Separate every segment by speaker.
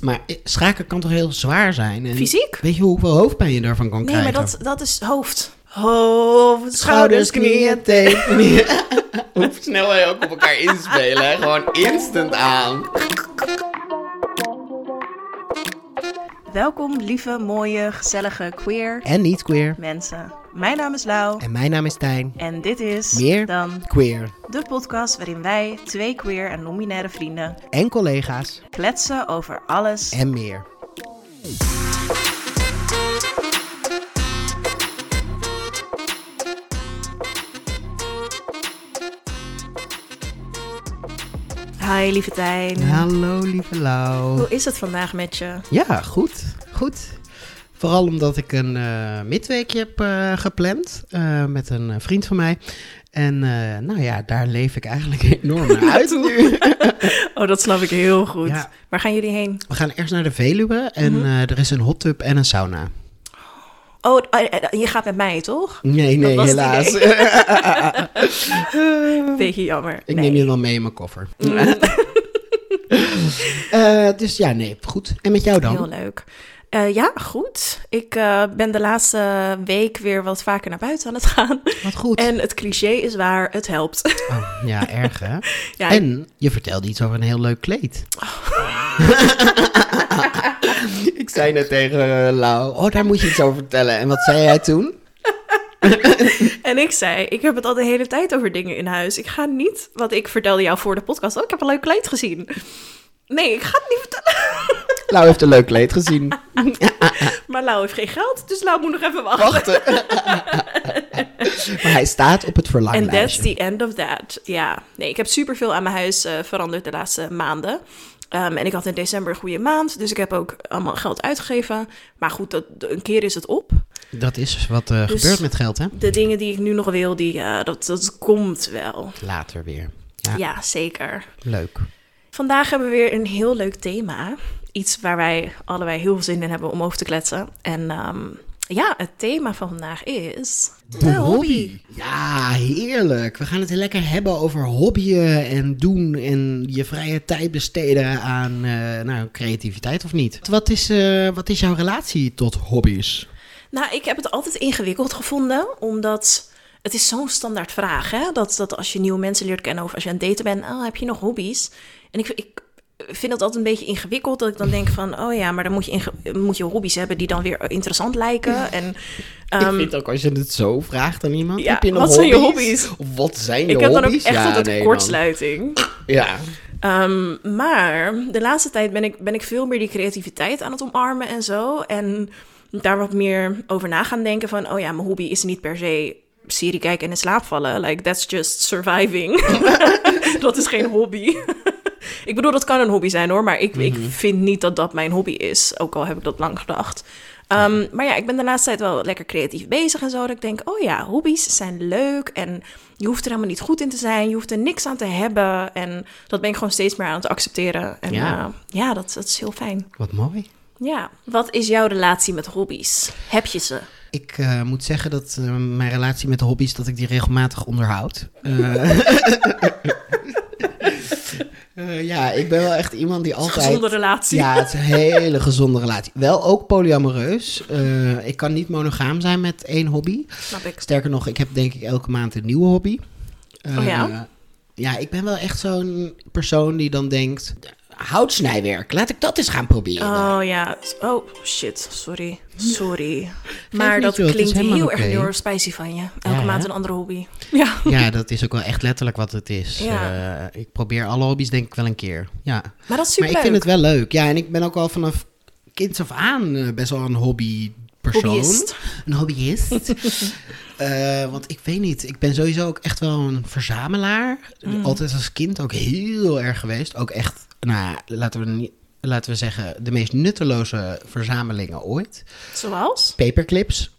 Speaker 1: Maar schaken kan toch heel zwaar zijn? En
Speaker 2: Fysiek?
Speaker 1: Weet je hoeveel hoofdpijn je daarvan kan
Speaker 2: Nee,
Speaker 1: krijgen?
Speaker 2: maar dat, dat is hoofd. Hoofd,
Speaker 1: Schouders, knieën, tenen. Hoe snel wij ook op elkaar inspelen. Gewoon instant aan.
Speaker 2: Welkom, lieve, mooie, gezellige, queer
Speaker 1: En niet queer.
Speaker 2: mensen. Mijn naam is Lau.
Speaker 1: En mijn naam is Tijn.
Speaker 2: En dit is
Speaker 1: Meer
Speaker 2: dan
Speaker 1: queer.
Speaker 2: de podcast waarin wij, twee queer en non-binaire vrienden,
Speaker 1: En collega's.
Speaker 2: kletsen over alles.
Speaker 1: En meer.
Speaker 2: Hi, lieve Tijn.
Speaker 1: Hallo lieve Lau.
Speaker 2: Hoe is het vandaag met je?
Speaker 1: Ja, goed. Goed. Vooral omdat ik een eh, midweekje heb eh, gepland eh, met een eh, vriend van mij. En eh, nou ja, daar leef ik eigenlijk enorm naar uit nu.
Speaker 2: Oh, dat snap ik heel goed.
Speaker 1: Ja.
Speaker 2: Waar gaan jullie heen?
Speaker 1: We gaan eerst naar de Veluwe en
Speaker 2: Mhm.
Speaker 1: eh, er is een hot tub en een sauna.
Speaker 2: Oh, eh, eh, je gaat met mij, toch?
Speaker 1: Nee, nee,
Speaker 2: was het
Speaker 1: helaas.
Speaker 2: Beetje jammer.
Speaker 1: Mm. ik
Speaker 2: Nee.
Speaker 1: neem je wel mee in mijn koffer. Eh, dus ja, nee, goed. En met jou
Speaker 2: Heel
Speaker 1: dan?
Speaker 2: leuk. Eh, ja, goed. Ik eh, ben de laatste week weer wat vaker naar buiten aan het gaan.
Speaker 1: Wat goed.
Speaker 2: En het cliché is waar, het helpt.
Speaker 1: Oh, ja, erg hè?
Speaker 2: ja,
Speaker 1: En je vertelde iets over een heel leuk kleed. ik zei net tegen eh, Lau, oh daar moet je iets over vertellen. En wat zei jij toen?
Speaker 2: en ik zei, ik heb het al de hele tijd over dingen in huis. Ik ga niet, want ik vertelde jou voor de podcast, oh, ik heb een leuk kleed gezien. Nee, ik ga het niet vertellen.
Speaker 1: Lau heeft een leuk kleed gezien.
Speaker 2: Maar Lau heeft geen geld, dus Lau moet nog even wachten.
Speaker 1: Wachten. maar hij staat op het
Speaker 2: And that's
Speaker 1: verlanglijstje.
Speaker 2: the end of that. Ja, nee, ik heb superveel aan mijn huis eh, veranderd de laatste maanden. Ehm, en ik had in december een goede maand, dus ik heb ook allemaal geld uitgegeven. Maar goed, dat, een keer is het op.
Speaker 1: Dat is wat eh,
Speaker 2: Dus-
Speaker 1: gebeurt met geld hè?
Speaker 2: De dingen die ik nu nog wil, die, eh, dat, dat komt wel.
Speaker 1: Later weer. Ja.
Speaker 2: Ja. zeker.
Speaker 1: Leuk.
Speaker 2: Vandaag hebben we weer een heel leuk thema. Iets waar wij allebei heel veel zin in hebben om over te kletsen. En ehm, ja, het thema van vandaag is... De hobby.
Speaker 1: Ja, heerlijk. We gaan het lekker hebben over hobbyen en doen en je vrije tijd besteden aan eh, nou, creativiteit of niet. Wat is, eh, wat is jouw relatie tot hobby's?
Speaker 2: Nou, ik heb het altijd ingewikkeld gevonden, omdat het is zo'n standaard vraag, hè? Dat, dat als je nieuwe mensen leert kennen of als je aan het daten bent, oh, heb je nog hobby's? En ik, ik vind dat altijd een beetje ingewikkeld, dat ik dan denk van, oh ja, maar dan moet je, inge- moet je hobby's hebben die dan weer interessant lijken. En ehm,
Speaker 1: ik vind ook als je het zo vraagt aan iemand,
Speaker 2: ja,
Speaker 1: heb je nog
Speaker 2: wat zijn
Speaker 1: hobby's?
Speaker 2: je
Speaker 1: Of wat zijn je
Speaker 2: ik heb dan ook
Speaker 1: hobby's?
Speaker 2: echt altijd
Speaker 1: nee,
Speaker 2: kortsluiting.
Speaker 1: man. Ja,
Speaker 2: Ehm, maar de laatste tijd ben ik, ben ik veel meer die creativiteit aan het omarmen en zo. En daar wat meer over na gaan denken van... oh ja, mijn hobby is niet per se serie kijken en in slaap vallen. Like, that's just surviving. dat is geen hobby. ik bedoel, dat kan een hobby zijn hoor. Maar ik, ik vind niet dat dat mijn hobby is. Ook al heb ik dat lang gedacht. Ehm, maar ja, ik ben de laatste tijd wel lekker creatief bezig en zo. Dat ik denk, oh ja, hobby's zijn leuk. En je hoeft er helemaal niet goed in te zijn. Je hoeft er niks aan te hebben. En dat ben ik gewoon steeds meer aan het accepteren. En
Speaker 1: Ja.
Speaker 2: ja, ja dat, dat is heel fijn.
Speaker 1: wat mooi.
Speaker 2: Ja. Wat is jouw relatie met hobby's? Heb je ze?
Speaker 1: Ik eh, moet zeggen dat eh, mijn relatie met de hobby's, dat ik die regelmatig onderhoud. Eh, eh, ja, ik ben wel echt iemand die altijd...
Speaker 2: Gezonde relatie.
Speaker 1: Ja, het is een hele gezonde relatie. Wel ook polyamoreus. Eh, ik kan niet monogaam zijn met één hobby.
Speaker 2: Snap ik.
Speaker 1: Sterker nog, ik heb denk ik elke maand een nieuwe hobby. Eh,
Speaker 2: Oh ja?
Speaker 1: Ja, ik ben wel echt zo'n persoon die dan denkt... Houtsnijwerk, laat ik dat eens gaan proberen.
Speaker 2: Oh ja. Oh shit. Sorry. Sorry.
Speaker 1: niet,
Speaker 2: Maar dat
Speaker 1: joh, het is
Speaker 2: klinkt
Speaker 1: helemaal
Speaker 2: heel
Speaker 1: oké.
Speaker 2: erg neurospicy van je. Elke
Speaker 1: Ja,
Speaker 2: maand
Speaker 1: hè?
Speaker 2: een andere hobby. Ja.
Speaker 1: Ja, dat is ook wel echt letterlijk wat het is.
Speaker 2: Ja.
Speaker 1: Eh, ik probeer alle hobby's denk ik wel een keer. Ja.
Speaker 2: Maar dat is
Speaker 1: Maar
Speaker 2: superleuk.
Speaker 1: ik vind het wel leuk. Ja, en ik ben ook al vanaf kinds af aan eh, best wel een hobby persoon.
Speaker 2: Hobbyist.
Speaker 1: Een hobbyist. Eh, want ik weet niet, ik ben sowieso ook echt wel een verzamelaar.
Speaker 2: Mm.
Speaker 1: Altijd als kind ook heel erg geweest. Ook echt, nou ja, laten we, niet, laten we zeggen, de meest nutteloze verzamelingen ooit.
Speaker 2: Zoals?
Speaker 1: Paperclips.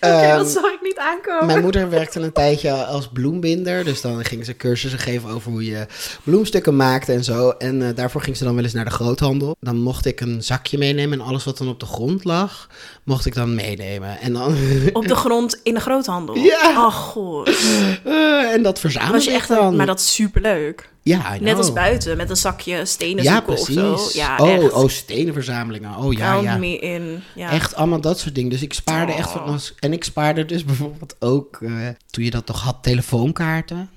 Speaker 2: Oké,
Speaker 1: Ehm,
Speaker 2: dat zag ik niet aankomen.
Speaker 1: Mijn moeder werkte een tijdje als bloembinder. Dus dan ging ze cursussen geven over hoe je bloemstukken maakt en zo. En eh, daarvoor ging ze dan wel eens naar de groothandel. Dan mocht ik een zakje meenemen en alles wat dan op de grond lag, mocht ik dan meenemen. En, dan,
Speaker 2: Op de grond in de groothandel.
Speaker 1: Ja.
Speaker 2: Oh, god.
Speaker 1: Eh, en dat verzamelde
Speaker 2: Was je
Speaker 1: ik
Speaker 2: echt
Speaker 1: dan.
Speaker 2: Maar dat is superleuk.
Speaker 1: Ja, I
Speaker 2: Net als
Speaker 1: know.
Speaker 2: buiten, met een zakje stenen
Speaker 1: Oh. Ja,
Speaker 2: zoeken of
Speaker 1: precies.
Speaker 2: zo. Ja,
Speaker 1: oh,
Speaker 2: echt.
Speaker 1: oh, stenenverzamelingen. Oh ja,
Speaker 2: Count
Speaker 1: ja.
Speaker 2: me in. Ja. Oh.
Speaker 1: Echt allemaal dat soort dingen. Dus ik spaarde echt van ons. En ik spaarde dus bijvoorbeeld ook, eh, toen je dat nog had, telefoonkaarten.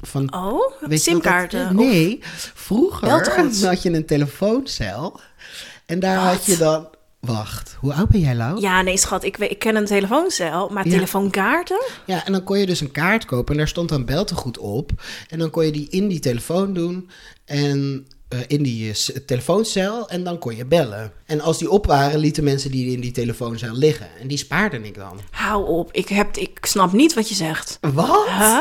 Speaker 1: Van,
Speaker 2: Oh,
Speaker 1: weet je wat dat-
Speaker 2: simkaarten. Of-
Speaker 1: nee, vroeger
Speaker 2: Beltegoed.
Speaker 1: had je een telefooncel. En daar had
Speaker 2: Wat?
Speaker 1: je dan... Wacht, hoe oud ben jij, Lau?
Speaker 2: Ja, nee, schat, ik, weet- ik ken een telefooncel, maar
Speaker 1: Ja.
Speaker 2: telefoonkaarten?
Speaker 1: Ja, en dan kon je dus een kaart kopen en daar stond dan beltegoed op. En dan kon je die in die telefoon doen en eh, in die eh, s- telefooncel en dan kon je bellen. En als die op waren, lieten mensen die in die telefooncel liggen. En die spaarde ik dan.
Speaker 2: Hou op, ik, heb, ik snap niet wat je zegt.
Speaker 1: Wat?
Speaker 2: Huh?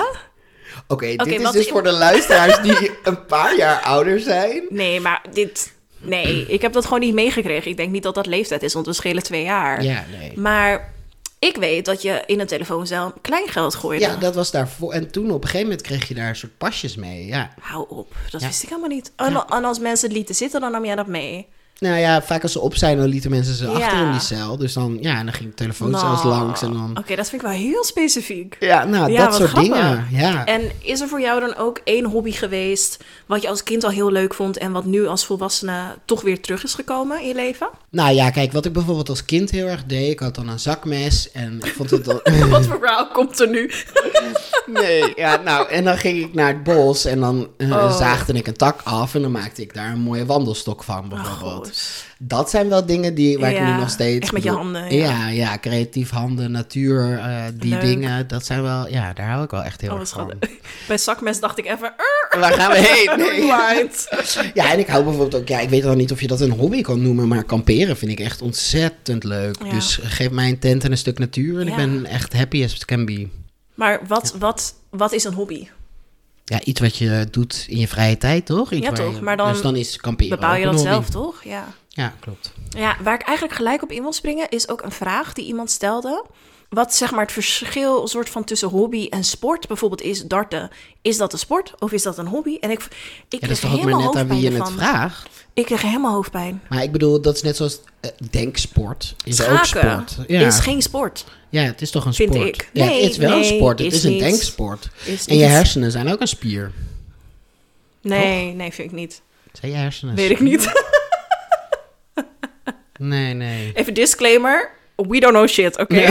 Speaker 1: Oké,
Speaker 2: Oké,
Speaker 1: dit is
Speaker 2: wat-
Speaker 1: dus voor de luisteraars die een paar jaar ouder zijn.
Speaker 2: Nee, maar dit... Nee, ik heb dat gewoon niet meegekregen. Ik denk niet dat dat leeftijd is, want we schelen twee jaar.
Speaker 1: Ja, nee.
Speaker 2: Maar ik weet dat je in een telefooncel kleingeld gooide.
Speaker 1: Ja, dat was daarvoor. En toen op een gegeven moment kreeg je daar een soort pasjes mee, ja.
Speaker 2: Hou op, dat wist ik helemaal niet. En, en als mensen het lieten zitten, dan nam jij dat mee.
Speaker 1: Nou ja, vaak als ze op zijn, dan lieten mensen ze achter in
Speaker 2: Ja.
Speaker 1: die cel. Dus dan, ja, en dan ging de telefoon
Speaker 2: Nou,
Speaker 1: zelfs langs en dan...
Speaker 2: Oké, dat vind ik wel heel specifiek.
Speaker 1: Ja, nou,
Speaker 2: Ja,
Speaker 1: dat
Speaker 2: wat
Speaker 1: soort
Speaker 2: grappig.
Speaker 1: dingen. Ja.
Speaker 2: En is er voor jou dan ook één hobby geweest wat je als kind al heel leuk vond en wat nu als volwassene toch weer terug is gekomen in je leven?
Speaker 1: Nou ja, kijk, wat ik bijvoorbeeld als kind heel erg deed, ik had dan een zakmes en ik vond het dan...
Speaker 2: Wat voor verhaal komt er nu?
Speaker 1: nee, ja, nou, en dan ging ik naar het bos en dan eh,
Speaker 2: Oh.
Speaker 1: zaagde ik een tak af en dan maakte ik daar een mooie wandelstok van, bijvoorbeeld.
Speaker 2: Oh, goed.
Speaker 1: dat zijn wel dingen die, waar ik
Speaker 2: Ja,
Speaker 1: nu nog steeds...
Speaker 2: echt met je
Speaker 1: bedoel-
Speaker 2: handen, ja.
Speaker 1: Ja, ja, creatief handen, natuur, eh, die
Speaker 2: Leuk.
Speaker 1: dingen, dat zijn wel... Ja, daar hou ik wel echt heel
Speaker 2: Oh,
Speaker 1: erg
Speaker 2: wat
Speaker 1: van.
Speaker 2: schattig. Bij zakmes dacht ik even. "Arr."
Speaker 1: Waar gaan we heen?
Speaker 2: Rewind.
Speaker 1: Ja, en ik hou bijvoorbeeld ook, ja, ik weet wel niet of je dat een hobby kan noemen, maar kamperen vind ik echt ontzettend leuk.
Speaker 2: Ja.
Speaker 1: Dus geef mij een tent en een stuk natuur en
Speaker 2: Ja.
Speaker 1: ik ben echt happy as it can be.
Speaker 2: Maar wat, wat, wat is een hobby?
Speaker 1: Ja, iets wat je doet in je vrije tijd, toch? Iets
Speaker 2: Ja,
Speaker 1: waar je-
Speaker 2: toch, maar dan
Speaker 1: dus dan is kamperen
Speaker 2: Bepaal je
Speaker 1: ook een
Speaker 2: dat
Speaker 1: hobby.
Speaker 2: zelf, toch? Ja.
Speaker 1: Ja, klopt.
Speaker 2: ja. Waar ik eigenlijk gelijk op in wil springen is ook een vraag die iemand stelde. Wat zeg maar het verschil soort van tussen hobby en sport bijvoorbeeld is darten. Is dat een sport of is dat een hobby? En ik, ik
Speaker 1: Ja, dat
Speaker 2: kreeg
Speaker 1: is toch ook maar
Speaker 2: helemaal
Speaker 1: net aan
Speaker 2: hoofdpijn
Speaker 1: wie je het
Speaker 2: ervan.
Speaker 1: vraagt.
Speaker 2: Ik kreeg helemaal hoofdpijn.
Speaker 1: Maar ik bedoel, dat is net zoals eh, denksport. Is ook
Speaker 2: Schaken
Speaker 1: sport. Ja.
Speaker 2: is geen sport.
Speaker 1: ja, het is toch een
Speaker 2: vind
Speaker 1: sport.
Speaker 2: ik.
Speaker 1: Ja,
Speaker 2: Nee,
Speaker 1: het is wel
Speaker 2: nee,
Speaker 1: een sport. Het
Speaker 2: is
Speaker 1: is, een
Speaker 2: niet.
Speaker 1: denksport.
Speaker 2: Is
Speaker 1: en je
Speaker 2: niet.
Speaker 1: hersenen zijn ook een spier.
Speaker 2: Nee, nee, vind ik niet.
Speaker 1: Zijn je hersenen?
Speaker 2: Weet ik niet.
Speaker 1: Nee, nee.
Speaker 2: Even disclaimer. We don't know shit, oké.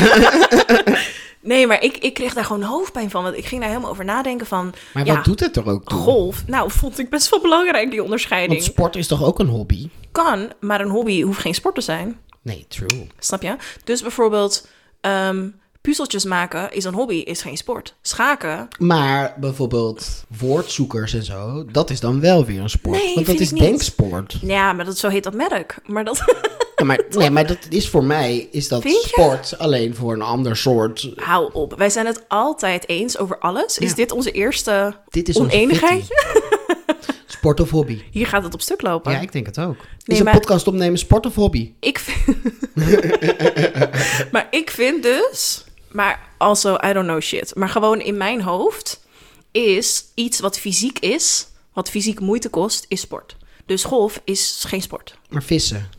Speaker 2: nee, maar ik, ik kreeg daar gewoon hoofdpijn van. Want ik ging daar helemaal over nadenken van...
Speaker 1: Maar
Speaker 2: ja,
Speaker 1: wat doet het er ook toe?
Speaker 2: golf? Nou, vond ik best wel belangrijk, die onderscheiding.
Speaker 1: Want sport is toch ook een hobby?
Speaker 2: Kan, maar een hobby hoeft geen sport te zijn.
Speaker 1: Nee, true.
Speaker 2: Snap je? Dus bijvoorbeeld... ehm, puzzeltjes maken is een hobby, is geen sport. Schaken...
Speaker 1: Maar bijvoorbeeld woordzoekers en zo, dat is dan wel weer een sport.
Speaker 2: Nee,
Speaker 1: want dat
Speaker 2: vind
Speaker 1: is
Speaker 2: ik niet.
Speaker 1: denksport.
Speaker 2: nou Ja, maar dat, zo heet dat merk. Maar dat...
Speaker 1: Ja, maar, nee, maar dat is voor mij is dat
Speaker 2: Vind je?
Speaker 1: sport alleen voor een ander soort.
Speaker 2: Hou op. Wij zijn het altijd eens over alles. Is
Speaker 1: Ja.
Speaker 2: dit onze eerste
Speaker 1: Dit is ons
Speaker 2: oneenigheid?
Speaker 1: Sport of hobby.
Speaker 2: Hier gaat het op stuk lopen.
Speaker 1: Ja, ik denk het ook.
Speaker 2: Nee,
Speaker 1: is een
Speaker 2: maar-
Speaker 1: podcast opnemen sport of hobby?
Speaker 2: Ik vind... maar ik vind dus... Maar also, I don't know shit. Maar gewoon in mijn hoofd is iets wat fysiek is... wat fysiek moeite kost, is sport. Dus golf is geen sport.
Speaker 1: Maar vissen.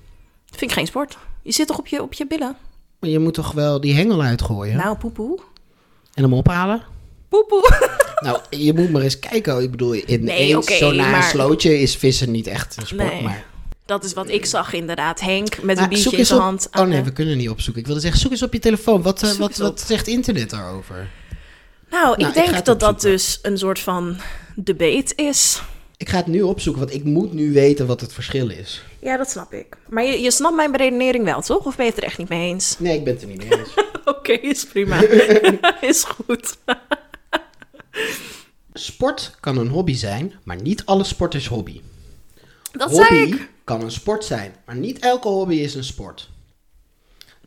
Speaker 2: Vind ik geen sport. Je zit toch op je, op je billen?
Speaker 1: Maar je moet toch wel die hengel uitgooien
Speaker 2: Nou, poepoe.
Speaker 1: en hem ophalen?
Speaker 2: Poepoe.
Speaker 1: Nou, je moet maar eens kijken. Ik bedoel, in
Speaker 2: Nee,
Speaker 1: één
Speaker 2: oké,
Speaker 1: zo na een
Speaker 2: maar-
Speaker 1: slootje is vissen niet echt een sport.
Speaker 2: Nee.
Speaker 1: Maar
Speaker 2: Dat is wat ik zag inderdaad. Henk met een
Speaker 1: Maar zoek
Speaker 2: biertje in
Speaker 1: eens
Speaker 2: zijn
Speaker 1: op-
Speaker 2: hand.
Speaker 1: Oh
Speaker 2: aan
Speaker 1: nee,
Speaker 2: de-
Speaker 1: we kunnen niet opzoeken. Ik wilde zeggen, zoek eens op je telefoon. Wat, eh,
Speaker 2: Zoek
Speaker 1: wat,
Speaker 2: eens
Speaker 1: wat
Speaker 2: op.
Speaker 1: zegt internet daarover?
Speaker 2: Nou, ik
Speaker 1: Nou, ik
Speaker 2: denk
Speaker 1: ga het
Speaker 2: dat dat
Speaker 1: opzoeken.
Speaker 2: dus een soort van debate is.
Speaker 1: Ik ga het nu opzoeken, want ik moet nu weten wat het verschil is.
Speaker 2: Ja, dat snap ik. Maar je, je snapt mijn beredenering wel, toch? Of ben je het er echt niet mee eens?
Speaker 1: Nee, ik ben het er niet mee eens.
Speaker 2: Oké, is prima. is goed.
Speaker 1: Sport kan een hobby zijn, maar niet alle sport is hobby.
Speaker 2: Dat
Speaker 1: hobby
Speaker 2: zei ik.
Speaker 1: kan een sport zijn, maar niet elke hobby is een sport.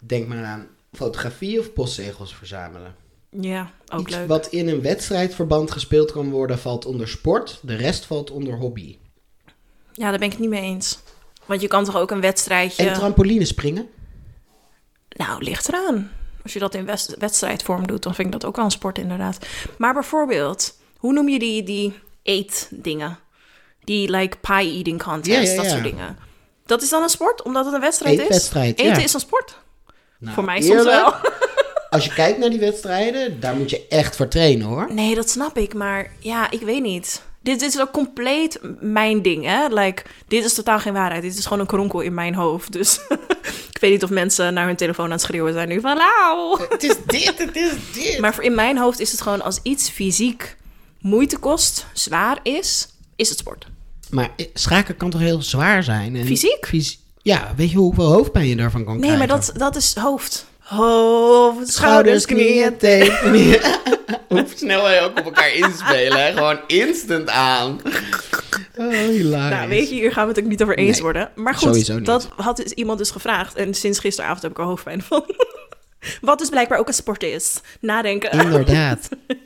Speaker 1: Denk maar aan fotografie of postzegels verzamelen.
Speaker 2: Ja, ook
Speaker 1: Iets
Speaker 2: leuk.
Speaker 1: wat in een wedstrijdverband gespeeld kan worden valt onder sport, de rest valt onder hobby.
Speaker 2: Ja, daar ben ik het niet mee eens. Want je kan toch ook een wedstrijdje...
Speaker 1: En trampolinespringen?
Speaker 2: Nou, ligt eraan. Als je dat in west- wedstrijdvorm doet, dan vind ik dat ook wel een sport inderdaad. Maar bijvoorbeeld, hoe noem je die, die eetdingen? Die like pie eating contest,
Speaker 1: Ja, ja,
Speaker 2: dat
Speaker 1: ja.
Speaker 2: soort dingen. Dat is dan een sport, omdat het een wedstrijd is?
Speaker 1: Eetwedstrijd, ja.
Speaker 2: Eten is een sport.
Speaker 1: Nou,
Speaker 2: Voor mij soms
Speaker 1: eerlijk,
Speaker 2: wel.
Speaker 1: Als je kijkt naar die wedstrijden, daar moet je echt voor trainen hoor.
Speaker 2: Nee, dat snap ik, maar ja, ik weet niet. Dit, dit is ook compleet mijn ding, hè? Like, dit is totaal geen waarheid. Dit is gewoon een kronkel in mijn hoofd. Dus ik weet niet of mensen naar hun telefoon aan het schreeuwen zijn nu van... Auw!
Speaker 1: Het is dit, het is dit.
Speaker 2: Maar voor- in mijn hoofd is het gewoon als iets fysiek moeite kost, zwaar is, is het sport.
Speaker 1: Maar eh, schaken kan toch heel zwaar zijn? En
Speaker 2: Fysiek?
Speaker 1: fysi- ja, weet je hoeveel hoofdpijn je daarvan kan
Speaker 2: Nee,
Speaker 1: krijgen?
Speaker 2: maar dat, dat is hoofd. Hoofd, schouders, knieën.
Speaker 1: teen. knieën. Hoe snel wij ook op elkaar inspelen. hè? Gewoon instant aan. Oh, hilarisch.
Speaker 2: Nou, weet je, hier gaan we het ook niet over eens
Speaker 1: Nee,
Speaker 2: worden. Maar goed,
Speaker 1: sowieso niet.
Speaker 2: dat had dus iemand dus gevraagd. En sinds gisteravond heb ik er hoofdpijn van. Wat dus blijkbaar ook een sport is. Nadenken.
Speaker 1: Inderdaad.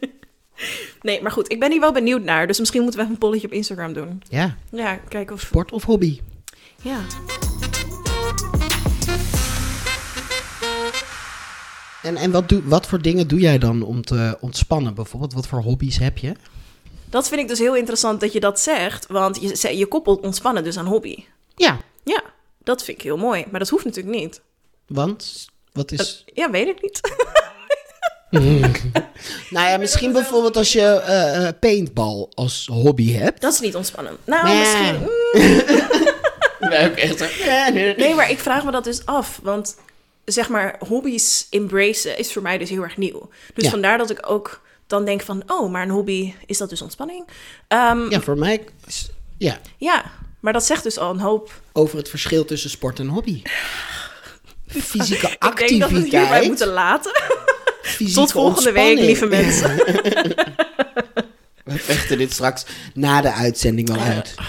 Speaker 2: Nee, maar goed, ik ben hier wel benieuwd naar. Dus misschien moeten we even een polletje op Instagram doen.
Speaker 1: Ja,
Speaker 2: Ja, kijken of...
Speaker 1: sport of hobby?
Speaker 2: Ja.
Speaker 1: En, en wat, doe, wat voor dingen doe jij dan om te ontspannen? Bijvoorbeeld, wat voor hobby's heb je?
Speaker 2: Dat vind ik dus heel interessant dat je dat zegt. Want je, ze- je koppelt ontspannen dus aan hobby.
Speaker 1: Ja,
Speaker 2: Ja, dat vind ik heel mooi. Maar dat hoeft natuurlijk niet.
Speaker 1: want wat is...
Speaker 2: Ja, weet ik niet.
Speaker 1: Nou ja, misschien bijvoorbeeld als je eh, eh, paintball als hobby hebt.
Speaker 2: Dat is niet ontspannend. Nou,
Speaker 1: Nee.
Speaker 2: misschien...
Speaker 1: Wij hebben echt
Speaker 2: Nee, maar ik vraag me dat dus af. Want zeg maar, hobby's embracen is voor mij dus heel erg nieuw. Dus
Speaker 1: Ja.
Speaker 2: vandaar dat ik ook dan denk van... oh, maar een hobby, is dat dus ontspanning? Ehm,
Speaker 1: Ja, voor mij... is- Ja,
Speaker 2: ja, maar dat zegt dus al een hoop
Speaker 1: over het verschil tussen sport en hobby. Fysieke
Speaker 2: Ik denk dat we het hierbij
Speaker 1: activiteit.
Speaker 2: moeten laten.
Speaker 1: fysieke
Speaker 2: Tot volgende week,
Speaker 1: ontspanning.
Speaker 2: lieve mensen.
Speaker 1: We vechten dit straks na de uitzending wel uit.
Speaker 2: Oh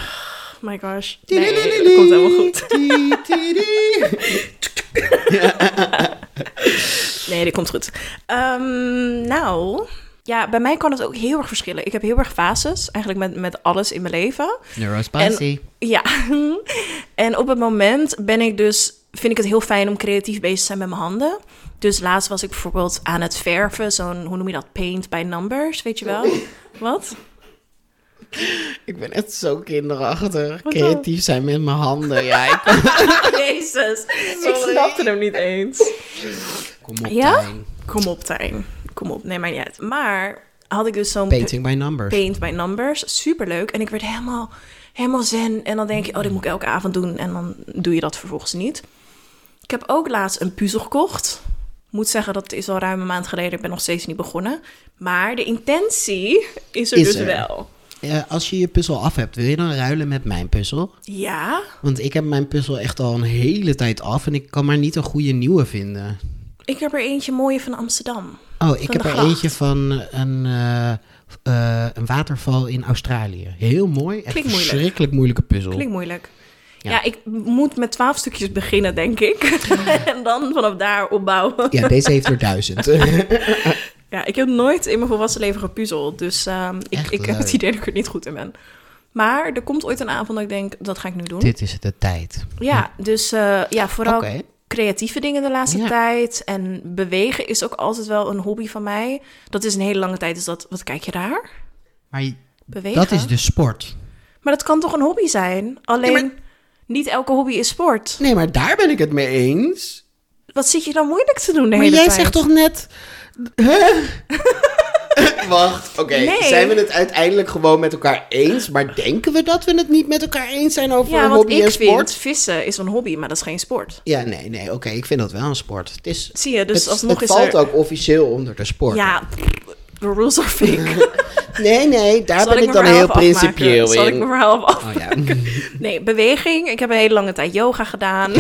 Speaker 2: my gosh. Eh, Nee, dat komt helemaal goed. Nee, dit komt goed. Ehm, nou, ja, bij mij kan het ook heel erg verschillen. Ik heb heel erg fases, eigenlijk met, met alles in mijn leven.
Speaker 1: Neurospicy.
Speaker 2: Ja. En op het moment ben ik dus, vind ik het heel fijn om creatief bezig te zijn met mijn handen. Dus laatst was ik bijvoorbeeld aan het verven, zo'n, hoe noem je dat, paint by numbers, weet je wel? Wat?
Speaker 1: Ik ben echt zo kinderachtig. Creatief zijn met mijn handen. Ja, ik-
Speaker 2: Jezus, ik snapte hem niet eens.
Speaker 1: Kom op,
Speaker 2: Ja?
Speaker 1: Tijn.
Speaker 2: Kom op, Tijn. Kom op, neem mij niet uit. Maar had ik dus zo'n
Speaker 1: Painting by numbers.
Speaker 2: paint by numbers. Superleuk. En ik werd helemaal, helemaal zen. En dan denk je, oh, dit moet ik elke avond doen. En dan doe je dat vervolgens niet. Ik heb ook laatst een puzzel gekocht. Moet zeggen, dat is al ruim een maand geleden. Ik ben nog steeds niet begonnen. Maar de intentie is er
Speaker 1: Is
Speaker 2: dus
Speaker 1: er.
Speaker 2: wel.
Speaker 1: Eh, als je je puzzel af hebt, wil je dan ruilen met mijn puzzel?
Speaker 2: Ja,
Speaker 1: Want ik heb mijn puzzel echt al een hele tijd af en ik kan maar niet een goede nieuwe vinden.
Speaker 2: ik heb er eentje mooie van Amsterdam.
Speaker 1: Oh, ik
Speaker 2: Van
Speaker 1: heb
Speaker 2: de
Speaker 1: er
Speaker 2: gracht.
Speaker 1: eentje van een, eh, eh, een waterval in Australië. Heel mooi. Echt
Speaker 2: Klinkt
Speaker 1: een
Speaker 2: moeilijk.
Speaker 1: verschrikkelijk moeilijke puzzel.
Speaker 2: Klinkt moeilijk. Ja.
Speaker 1: Ja.
Speaker 2: ik moet met twaalf stukjes beginnen, denk ik. en dan vanaf daar opbouwen.
Speaker 1: Ja, deze heeft er duizend.
Speaker 2: Ja, ik heb nooit in mijn volwassen leven gepuzzeld. Dus ehm, ik,
Speaker 1: Echt
Speaker 2: ik heb het
Speaker 1: leuk.
Speaker 2: idee dat ik er niet goed in ben. Maar er komt ooit een avond dat ik denk, dat ga ik nu doen.
Speaker 1: Dit is de tijd.
Speaker 2: Ja, dus eh, ja, vooral
Speaker 1: Oké.
Speaker 2: creatieve dingen de laatste
Speaker 1: Ja.
Speaker 2: tijd. En bewegen is ook altijd wel een hobby van mij. Dat is een hele lange tijd. Dus dat, wat kijk je daar?
Speaker 1: Maar je-
Speaker 2: Bewegen.
Speaker 1: dat is de sport.
Speaker 2: Maar dat kan toch een hobby zijn? Alleen,
Speaker 1: Ja, maar-
Speaker 2: niet elke hobby is sport.
Speaker 1: Nee, maar daar ben ik het mee eens.
Speaker 2: Wat zit je dan moeilijk te doen de
Speaker 1: Maar
Speaker 2: hele
Speaker 1: jij
Speaker 2: tijd?
Speaker 1: zegt toch net... Huh? Wacht, oké.
Speaker 2: Nee.
Speaker 1: Zijn we het uiteindelijk gewoon met elkaar eens? Maar denken we dat we het niet met elkaar eens zijn over
Speaker 2: Ja, want
Speaker 1: hobby
Speaker 2: ik
Speaker 1: en sport?
Speaker 2: vind vissen is een hobby, maar dat is geen sport.
Speaker 1: Ja, nee, nee, oké. ik vind dat wel een sport. Het is...
Speaker 2: Zie je, dus
Speaker 1: het,
Speaker 2: alsnog
Speaker 1: het
Speaker 2: is
Speaker 1: valt
Speaker 2: er...
Speaker 1: ook officieel onder de sport.
Speaker 2: Ja, the rules are fake.
Speaker 1: Nee, nee, daar
Speaker 2: Zal
Speaker 1: ben ik
Speaker 2: mijn
Speaker 1: dan
Speaker 2: verhaal
Speaker 1: heel
Speaker 2: even afmaken?
Speaker 1: principieel
Speaker 2: Zal ik
Speaker 1: in.
Speaker 2: mijn verhaal even
Speaker 1: Oh
Speaker 2: af?
Speaker 1: ja.
Speaker 2: Nee, beweging. Ik heb een hele lange tijd yoga gedaan.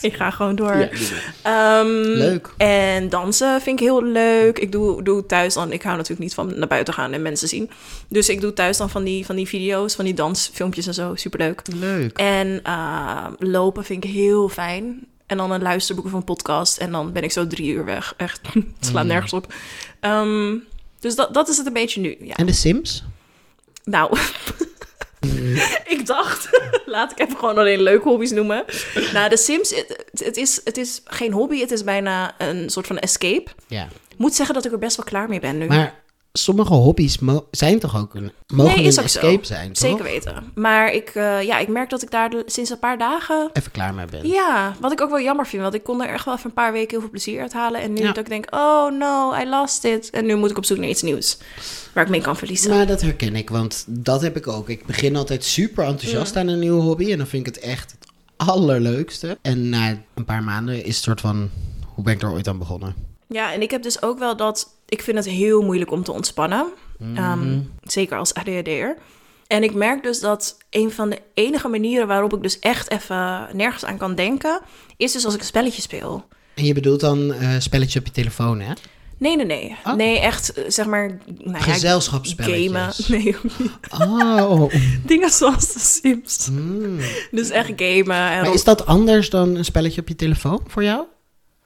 Speaker 2: ik ga gewoon door.
Speaker 1: Ja, doe maar.
Speaker 2: Ehm,
Speaker 1: Leuk.
Speaker 2: En dansen vind ik heel leuk. Ik doe, doe thuis dan... Ik hou natuurlijk niet van naar buiten gaan en mensen zien. Dus ik doe thuis dan van die, van die video's, van die dansfilmpjes en zo. Superleuk.
Speaker 1: Leuk.
Speaker 2: En eh, lopen vind ik heel fijn. En dan een luisterboek of een podcast. En dan ben ik zo drie uur weg. Echt, het slaat
Speaker 1: Mm.
Speaker 2: nergens op. Ehm, dus dat, dat is het een beetje nu. Ja.
Speaker 1: En de Sims?
Speaker 2: Nou, ik dacht, laat ik even gewoon alleen leuke hobby's noemen. Nou, de Sims, het, het is, het is geen hobby, het is bijna een soort van escape.
Speaker 1: Ja.
Speaker 2: Moet zeggen dat ik er best wel klaar mee ben nu.
Speaker 1: Maar sommige hobby's mo- zijn toch ook een, mogen
Speaker 2: Nee, is
Speaker 1: een
Speaker 2: ook zo.
Speaker 1: escape zijn, toch?
Speaker 2: Zeker weten. Maar ik, eh, ja, ik merk dat ik daar de- sinds een paar dagen...
Speaker 1: Even klaar mee ben.
Speaker 2: Ja, wat ik ook wel jammer vind. Want ik kon er echt wel even een paar weken heel veel plezier uit halen. En nu
Speaker 1: Ja.
Speaker 2: dat ik denk, oh no, I lost it. En nu moet ik op zoek naar iets nieuws waar ik mee kan verliezen.
Speaker 1: Maar dat herken ik, want dat heb ik ook. Ik begin altijd super enthousiast
Speaker 2: Mm.
Speaker 1: aan een nieuwe hobby. En dan vind ik het echt het allerleukste. En na een paar maanden is het soort van... Hoe ben ik er ooit aan begonnen?
Speaker 2: Ja, en ik heb dus ook wel dat... Ik vind het heel moeilijk om te ontspannen. Ehm,
Speaker 1: Mhm.
Speaker 2: zeker als ADHD'er. En ik merk dus dat een van de enige manieren waarop ik dus echt even nergens aan kan denken... is dus als ik een spelletje speel.
Speaker 1: En je bedoelt dan eh spelletje op je telefoon, hè?
Speaker 2: Nee, nee, nee.
Speaker 1: Oh.
Speaker 2: Nee, echt, eh, zeg maar... Nou ja, gamen.
Speaker 1: Gezelschapsspelletjes.
Speaker 2: Nee,
Speaker 1: Oh,
Speaker 2: dingen zoals de Sims.
Speaker 1: mm.
Speaker 2: Dus echt gamen. En
Speaker 1: Maar is dat anders dan een spelletje op je telefoon voor jou?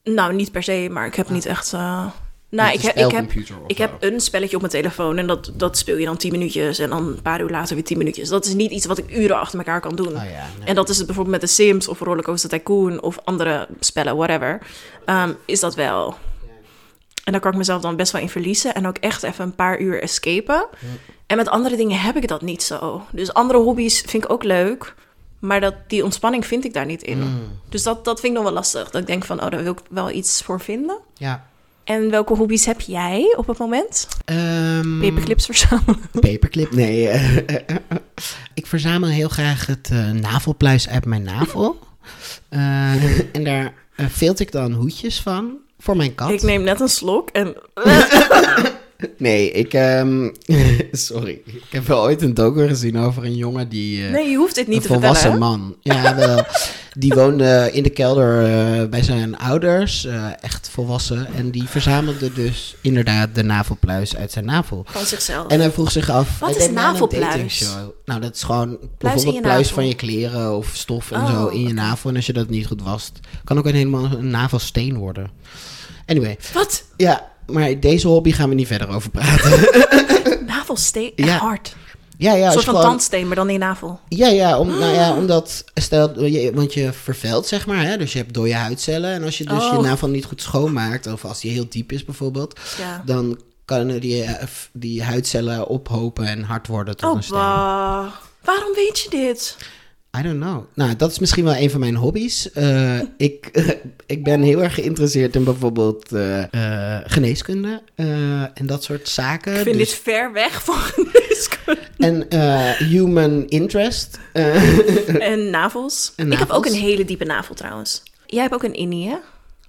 Speaker 2: Nou, niet per se, maar ik heb niet echt... eh, nou,
Speaker 1: Met
Speaker 2: ik,
Speaker 1: een
Speaker 2: heb- ik, heb,
Speaker 1: spelcomputer of
Speaker 2: ik
Speaker 1: zo.
Speaker 2: heb een spelletje op mijn telefoon en dat, dat speel je dan 10 minuutjes en dan een paar uur later weer 10 minuutjes. Dat is niet iets wat ik uren achter elkaar kan doen.
Speaker 1: Oh ja, nee.
Speaker 2: En dat is het bijvoorbeeld met de Sims of Rollercoaster Tycoon of andere spellen, whatever. ehm, is dat wel. En daar kan ik mezelf dan best wel in verliezen en ook echt even een paar uur escapen. En met andere dingen heb ik dat niet zo. Dus andere hobby's vind ik ook leuk, maar dat, die ontspanning vind ik daar niet in.
Speaker 1: Mm. Hmm,
Speaker 2: Dus dat, dat vind ik nog wel lastig. Dat ik denk van, oh, daar wil ik wel iets voor vinden.
Speaker 1: Ja.
Speaker 2: En welke hobby's heb jij op het moment?
Speaker 1: Ehm,
Speaker 2: Paperclips verzamelen.
Speaker 1: Paperclip, nee. eh, eh, eh, eh. ik verzamel heel graag het eh, navelpluis uit mijn navel. Eh, en daar eh, filter ik dan hoedjes van voor mijn kat.
Speaker 2: Ik neem net een slok en...
Speaker 1: Nee, ik... ehm, sorry. Ik heb wel ooit een docu gezien over een jongen die... eh,
Speaker 2: Nee, je hoeft dit niet te
Speaker 1: een volwassen
Speaker 2: vertellen.
Speaker 1: man. Ja, wel. Die woonde in de kelder eh, bij zijn ouders. eh, echt volwassen. En die verzamelde dus inderdaad de navelpluis uit zijn navel.
Speaker 2: Van zichzelf.
Speaker 1: En hij vroeg zich af...
Speaker 2: Wat
Speaker 1: hij
Speaker 2: is
Speaker 1: deed na een
Speaker 2: navelpluis?
Speaker 1: datingshow. Nou, dat is gewoon
Speaker 2: in
Speaker 1: bijvoorbeeld
Speaker 2: je
Speaker 1: pluis
Speaker 2: navel.
Speaker 1: van je kleren of stof en
Speaker 2: Oh,
Speaker 1: zo in
Speaker 2: oké.
Speaker 1: je navel. En als je dat niet goed wast, kan ook een helemaal een navelsteen worden. Anyway,
Speaker 2: Wat?
Speaker 1: ja, maar deze hobby gaan we niet verder over praten.
Speaker 2: Navelsteen?
Speaker 1: Ja.
Speaker 2: Ja. Hard.
Speaker 1: ja, ja,
Speaker 2: een
Speaker 1: als
Speaker 2: soort
Speaker 1: je
Speaker 2: van
Speaker 1: gewoon-
Speaker 2: tandsteen, maar dan in je navel.
Speaker 1: Ja, ja, om, nou
Speaker 2: Ah.
Speaker 1: ja, omdat, stel, je, want je vervuilt zeg maar, hè, dus je hebt dode huidcellen. En als je dus
Speaker 2: Oh.
Speaker 1: je navel niet goed schoonmaakt, of als die heel diep is bijvoorbeeld,
Speaker 2: Ja.
Speaker 1: dan kunnen die, eh, f- die huidcellen ophopen en hard worden tot
Speaker 2: Oh,
Speaker 1: een steen.
Speaker 2: bah. Waarom weet je dit?
Speaker 1: I don't know. Nou, dat is misschien wel een van mijn hobby's. Eh, ik, ik ben heel erg geïnteresseerd in bijvoorbeeld eh, eh, geneeskunde eh, en dat soort zaken.
Speaker 2: Ik vind
Speaker 1: Dus-
Speaker 2: dit ver weg van geneeskunde.
Speaker 1: En eh, human interest. Eh,
Speaker 2: En navels.
Speaker 1: En
Speaker 2: Ik heb ook
Speaker 1: navels.
Speaker 2: een hele diepe navel trouwens. Jij hebt ook een innie, hè?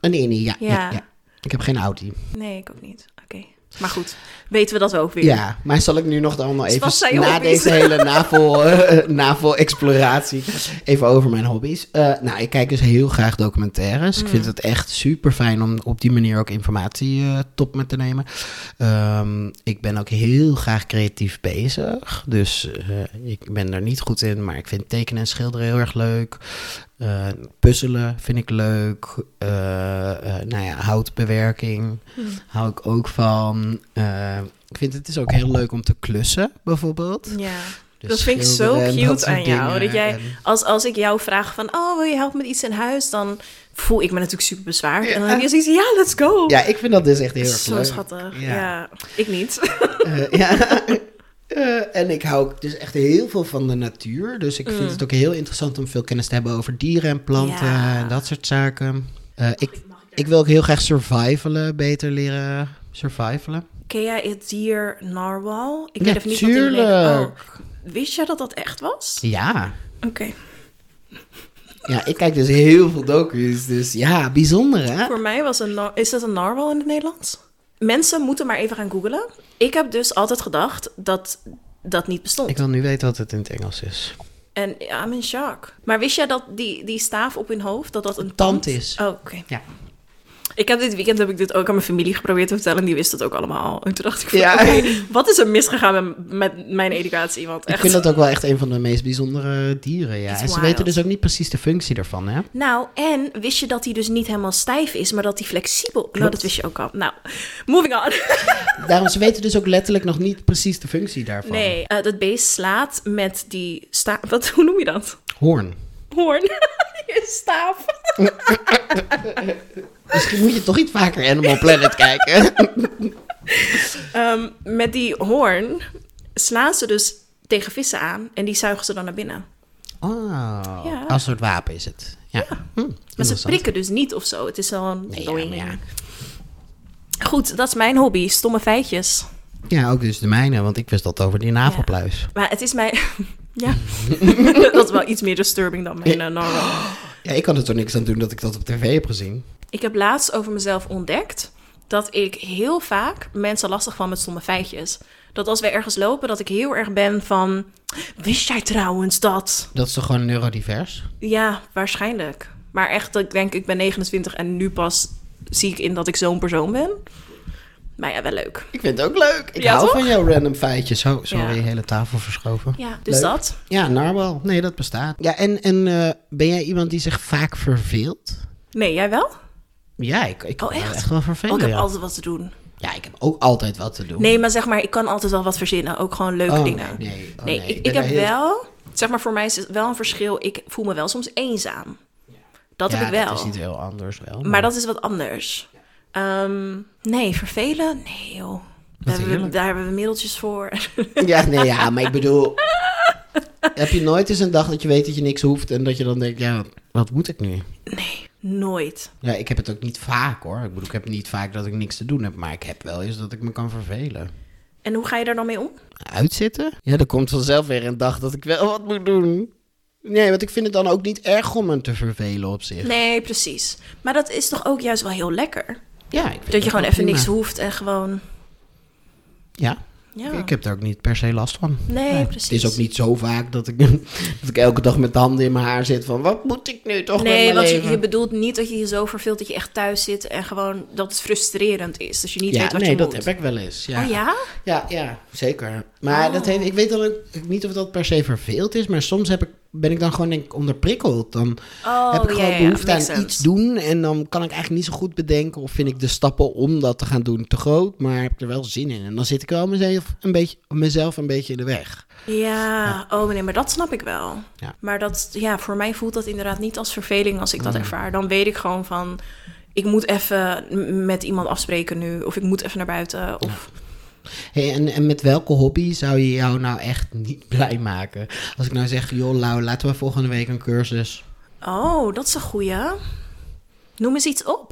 Speaker 1: een ene, ja, ja.
Speaker 2: Ja.
Speaker 1: ja. Ik heb geen Audi.
Speaker 2: Nee, ik ook niet. Oké. Maar goed, weten we dat ook weer.
Speaker 1: Ja, maar zal ik nu nog allemaal
Speaker 2: Dus
Speaker 1: even
Speaker 2: wat zijn je
Speaker 1: na
Speaker 2: hobby's?
Speaker 1: deze hele navel, eh, navel-exploratie even over mijn hobby's. Eh, nou, ik kijk dus heel graag documentaires. Ik
Speaker 2: Mm.
Speaker 1: vind het echt super fijn om op die manier ook informatie eh, top me te nemen. Ehm, ik ben ook heel graag creatief bezig. Dus eh, ik ben er niet goed in, maar ik vind tekenen en schilderen heel erg leuk. Eh, puzzelen vind ik leuk. Eh, eh, nou ja, houtbewerking
Speaker 2: Hmm.
Speaker 1: hou ik ook van. Eh, ik vind het is ook heel leuk om te klussen, bijvoorbeeld.
Speaker 2: Ja.
Speaker 1: Dus
Speaker 2: Hmm. dat vind ik zo
Speaker 1: schilderen en dat
Speaker 2: cute
Speaker 1: soort
Speaker 2: aan jou.
Speaker 1: dingen.
Speaker 2: Dat jij,
Speaker 1: En-
Speaker 2: als, als ik jou vraag van, oh, wil je helpen met iets in huis? Dan voel ik me natuurlijk super bezwaard. En dan heb je zoiets, ja, let's go.
Speaker 1: Ja, ik vind dat dus echt heel erg
Speaker 2: zo
Speaker 1: leuk.
Speaker 2: schattig.
Speaker 1: Ja.
Speaker 2: Ja. ik niet.
Speaker 1: Eh, ja. Eh, en ik hou ook dus echt heel veel van de natuur. Dus ik vind
Speaker 2: Hmm.
Speaker 1: het ook heel interessant om veel kennis te hebben over dieren en planten
Speaker 2: Ja.
Speaker 1: en dat soort zaken. Eh, ik, ik wil ook heel graag survivalen, beter leren survivalen.
Speaker 2: Ken jij het dier narwhal? Ik
Speaker 1: Ja,
Speaker 2: weet even niet wat die
Speaker 1: tuurlijk.
Speaker 2: beneden- Oh, wist jij dat dat echt was?
Speaker 1: Ja.
Speaker 2: Oké.
Speaker 1: Ja, ik kijk dus heel veel docu's. Dus ja, bijzonder hè?
Speaker 2: Voor mij was een nar- is dat een narwhal in het Nederlands? Mensen moeten maar even gaan googlen. Ik heb dus altijd gedacht dat dat niet bestond.
Speaker 1: Ik wil nu weten wat het in het Engels is.
Speaker 2: En ja, I'm in shock. Maar wist jij dat die, die staaf op hun hoofd, dat dat een
Speaker 1: Tand is.
Speaker 2: Oh, Oké.
Speaker 1: Ja.
Speaker 2: Ik heb dit weekend heb ik dit ook aan mijn familie geprobeerd te vertellen. En die wist het ook allemaal. En toen dacht ik van,
Speaker 1: Ja.
Speaker 2: oké, wat is er misgegaan met, met mijn educatie? Want
Speaker 1: Ik
Speaker 2: echt...
Speaker 1: vind dat ook wel echt een van de meest bijzondere dieren, ja.
Speaker 2: It's
Speaker 1: En ze
Speaker 2: wild.
Speaker 1: weten dus ook niet precies de functie ervan, hè?
Speaker 2: Nou, en wist je dat hij dus niet helemaal stijf is, maar dat hij flexibel... Nou, dat wist je ook al. Nou, moving on.
Speaker 1: Daarom, ze weten dus ook letterlijk nog niet precies de functie daarvan.
Speaker 2: Nee, eh, dat beest slaat met die staaf... Wat, hoe noem je dat?
Speaker 1: Hoorn.
Speaker 2: Hoorn. Je staaf.
Speaker 1: Misschien moet je toch iets vaker Animal Planet kijken.
Speaker 2: Ehm, met die hoorn slaan ze dus tegen vissen aan en die zuigen ze dan naar binnen.
Speaker 1: Oh,
Speaker 2: Ja.
Speaker 1: als soort wapen is het. Ja. Hm,
Speaker 2: Maar ze
Speaker 1: interessant.
Speaker 2: prikken dus niet of zo. Het is wel een
Speaker 1: Nee, ja,
Speaker 2: doing.
Speaker 1: maar ja.
Speaker 2: Goed, dat is mijn hobby. Stomme feitjes.
Speaker 1: Ja, ook dus de mijne, want ik wist dat over die navelpluis.
Speaker 2: Maar het is mij... ja. dat is wel iets meer disturbing dan mijn eh, norm.
Speaker 1: Ja, ik kan er toch niks aan doen dat ik dat op tv heb gezien.
Speaker 2: Ik heb laatst over mezelf ontdekt dat ik heel vaak mensen lastig van met stomme feitjes. Dat als we ergens lopen, dat ik heel erg ben van. Wist jij trouwens dat?
Speaker 1: Dat is toch gewoon neurodivers?
Speaker 2: Ja, waarschijnlijk. Maar echt, dat ik denk, ik ben 29 en nu pas zie ik in dat ik zo'n persoon ben. Maar ja, wel leuk.
Speaker 1: Ik vind het ook leuk. Ik
Speaker 2: Ja,
Speaker 1: hou
Speaker 2: toch?
Speaker 1: van jouw random feitjes. Zo, sorry,
Speaker 2: Ja.
Speaker 1: hele tafel verschoven.
Speaker 2: Ja, dus
Speaker 1: Leuk.
Speaker 2: dat.
Speaker 1: Ja, narwal. Nee, dat bestaat. Ja, en, en eh, ben jij iemand die zich vaak verveelt?
Speaker 2: Nee, jij wel?
Speaker 1: Ja, ik, ik
Speaker 2: Oh,
Speaker 1: kan me
Speaker 2: echt?
Speaker 1: echt wel vervelen.
Speaker 2: Oh, ik heb
Speaker 1: ja.
Speaker 2: altijd wat te doen.
Speaker 1: ja, ik heb ook altijd wat te doen.
Speaker 2: Nee, maar zeg maar, ik kan altijd wel wat verzinnen. Ook gewoon leuke
Speaker 1: Oh,
Speaker 2: dingen.
Speaker 1: nee, nee. Oh,
Speaker 2: nee,
Speaker 1: nee, ik
Speaker 2: ik,
Speaker 1: ben
Speaker 2: ik heb
Speaker 1: daar heel-
Speaker 2: wel... Zeg maar, voor mij is het wel een verschil. Ik voel me wel soms eenzaam. Dat
Speaker 1: ja,
Speaker 2: heb ik wel.
Speaker 1: dat is niet heel anders wel.
Speaker 2: Maar dat is wat anders. Ehm, nee, vervelen? Nee, joh. Daar hebben, we,
Speaker 1: heerlijk.
Speaker 2: daar hebben we middeltjes voor.
Speaker 1: Ja, nee, ja, maar ik bedoel... heb je nooit eens een dag dat je weet dat je niks hoeft... en dat je dan denkt, ja, wat moet ik nu?
Speaker 2: nee, nooit.
Speaker 1: Ja, ik heb het ook niet vaak hoor. Ik bedoel, ik heb niet vaak dat ik niks te doen heb, maar ik heb wel eens dat ik me kan vervelen.
Speaker 2: En hoe ga je daar dan mee om?
Speaker 1: Uitzitten? Ja, er komt vanzelf weer een dag dat ik wel wat moet doen. Nee, want ik vind het dan ook niet erg om me te vervelen op zich.
Speaker 2: Nee, precies. Maar dat is toch ook juist wel heel lekker?
Speaker 1: Ja, ik vind
Speaker 2: Dat je gewoon even niks
Speaker 1: hoeft.
Speaker 2: hoeft en gewoon...
Speaker 1: Ja,
Speaker 2: Ja.
Speaker 1: ik heb daar ook niet per se last van.
Speaker 2: Nee, precies.
Speaker 1: Het is ook niet zo vaak dat ik, dat ik elke dag met de handen in mijn haar zit van... wat moet ik nu toch met
Speaker 2: Nee,
Speaker 1: mijn
Speaker 2: want je,
Speaker 1: leven?
Speaker 2: je bedoelt niet dat je je zo verveelt dat je echt thuis zit en gewoon dat het frustrerend is. Dat je niet
Speaker 1: ja,
Speaker 2: weet wat
Speaker 1: nee,
Speaker 2: je
Speaker 1: dat
Speaker 2: moet.
Speaker 1: heb ik wel eens. Ja,
Speaker 2: Oh ja? Oh.
Speaker 1: Ja, ja, zeker. Maar dat heeft, ik weet dan ook niet of dat per se verveeld is, maar soms heb ik, ben ik dan gewoon denk ik onderprikkeld. Dan
Speaker 2: Oh,
Speaker 1: heb ik
Speaker 2: ja,
Speaker 1: gewoon
Speaker 2: ja,
Speaker 1: behoefte aan
Speaker 2: makes sense.
Speaker 1: iets doen en dan kan ik eigenlijk niet zo goed bedenken of vind ik de stappen om dat te gaan doen te groot, maar heb ik er wel zin in. En dan zit ik wel mezelf een beetje, mezelf een beetje in de weg.
Speaker 2: Ja, oh nee, maar dat snap ik wel.
Speaker 1: Ja.
Speaker 2: Maar dat, ja, voor mij voelt dat inderdaad niet als verveling als
Speaker 1: Mm.
Speaker 2: ik dat ervaar. Dan weet ik gewoon van, ik moet even m- met iemand afspreken nu. Of ik moet even naar buiten. Of,
Speaker 1: Hey, en, en met welke hobby zou je jou nou echt niet blij maken? Als ik nou zeg, joh Lau, laten we volgende week een cursus
Speaker 2: Oh, dat is een goeie. Noem eens iets op.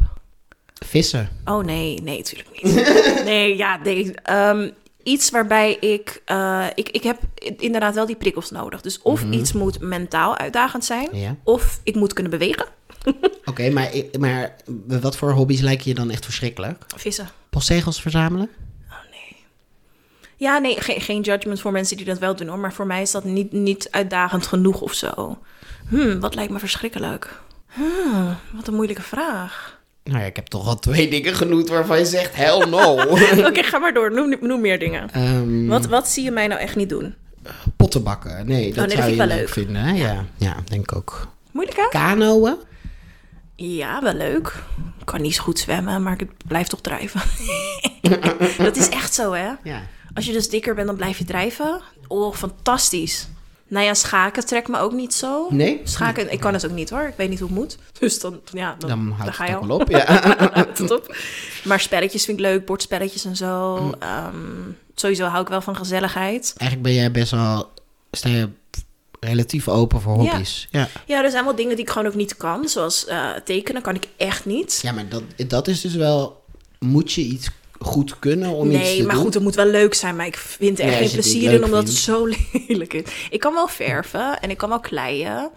Speaker 1: vissen.
Speaker 2: Oh nee, nee, natuurlijk niet. nee, ja, nee. Ehm, iets waarbij ik, eh, ik, ik heb inderdaad wel die prikkels nodig. Dus of iets moet mentaal uitdagend zijn.
Speaker 1: Mhm. Ja.
Speaker 2: Of ik moet kunnen bewegen.
Speaker 1: Oké, maar, ik- maar wat voor hobby's lijken je dan echt verschrikkelijk?
Speaker 2: Vissen.
Speaker 1: Postzegels verzamelen?
Speaker 2: Ja, nee, geen, geen judgment voor mensen die dat wel doen hoor. Maar voor mij is dat niet, niet uitdagend genoeg of zo. Hmm, wat lijkt me verschrikkelijk. Hmm, wat een moeilijke vraag.
Speaker 1: Nou ja, ik heb toch al twee dingen genoemd waarvan je zegt, hell no.
Speaker 2: Oké, ga maar door. Noem, noem meer dingen.
Speaker 1: Ehm,
Speaker 2: Wat, wat zie je mij nou echt niet doen?
Speaker 1: potten bakken, nee, dat
Speaker 2: Oh, nee,
Speaker 1: zou
Speaker 2: dat vind ik
Speaker 1: je
Speaker 2: wel
Speaker 1: leuk,
Speaker 2: leuk.
Speaker 1: vinden. Hè? Ja. ja, denk ik ook.
Speaker 2: Moeilijk hè?
Speaker 1: Kanoën?
Speaker 2: Ja, wel leuk. Ik kan niet zo goed zwemmen, maar ik blijf toch drijven. dat is echt zo hè?
Speaker 1: Ja.
Speaker 2: Als je dus dikker bent, dan blijf je drijven. Oh, fantastisch. Nou ja, schaken trekt me ook niet zo.
Speaker 1: Nee?
Speaker 2: Schaken, ik kan het ook niet hoor. Ik weet niet hoe het moet. Dus dan, ja, dan,
Speaker 1: Dan
Speaker 2: daar
Speaker 1: houdt
Speaker 2: ga
Speaker 1: het
Speaker 2: je
Speaker 1: ook
Speaker 2: al.
Speaker 1: wel op, ja.
Speaker 2: Houdt het op. Maar spelletjes vind ik leuk, bordspelletjes en zo. Ehm, sowieso hou ik wel van gezelligheid.
Speaker 1: Eigenlijk ben jij best wel, sta je relatief open voor
Speaker 2: Ja.
Speaker 1: hobby's. Ja, ja.
Speaker 2: Ja, er zijn wel dingen die ik gewoon ook niet kan. Zoals eh, tekenen kan ik echt niet.
Speaker 1: maar dat, dat is dus wel, moet je iets goed kunnen om iets te
Speaker 2: nee,
Speaker 1: doen?
Speaker 2: maar goed, het moet wel leuk zijn. Maar ik vind er echt
Speaker 1: Nee,
Speaker 2: geen
Speaker 1: als je het niet
Speaker 2: plezier in,
Speaker 1: leuk
Speaker 2: omdat het
Speaker 1: vindt.
Speaker 2: zo lelijk is. Ik kan wel verven en ik kan wel kleien.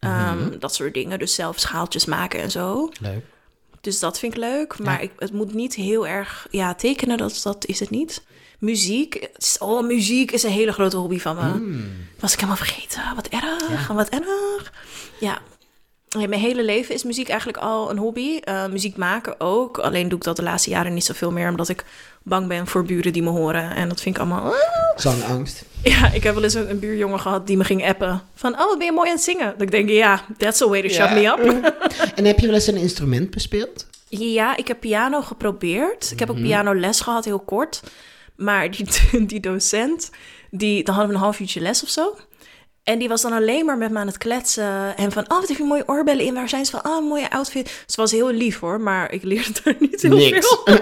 Speaker 1: Mhm.
Speaker 2: Ehm, Dat soort dingen. Dus zelf schaaltjes maken en zo.
Speaker 1: Leuk.
Speaker 2: Dus dat vind ik leuk. Maar ik, het moet niet heel erg... Ja, tekenen, dat, dat is het niet. Muziek. Oh, muziek is een hele grote hobby van me. Was ik helemaal vergeten. Wat erg. Wat erg. Ja. Ja, Mijn hele leven is muziek eigenlijk al een hobby. Eh, muziek maken ook. Alleen doe ik dat de laatste jaren niet zoveel meer. Omdat ik bang ben voor buren die me horen. En dat vind ik allemaal... "Ah."
Speaker 1: Zangangst.
Speaker 2: Ja, ik heb wel eens een, een buurjongen gehad die me ging appen. Van, oh, wat ben je mooi aan het zingen. Dat ik denk, ja, that's a way to shut me up.
Speaker 1: En heb je wel eens een instrument bespeeld?
Speaker 2: Ja, ik heb piano geprobeerd. Ik heb ook pianoles gehad, heel kort. Maar die, die docent, die, dan hadden we een half uurtje les of zo. En die was dan alleen maar met me aan het kletsen. En van, oh, wat heb je mooie oorbellen in. Waar zijn ze van? Oh, mooie outfit. Ze was heel lief hoor, maar ik leerde daar niet heel
Speaker 1: Niks.
Speaker 2: veel.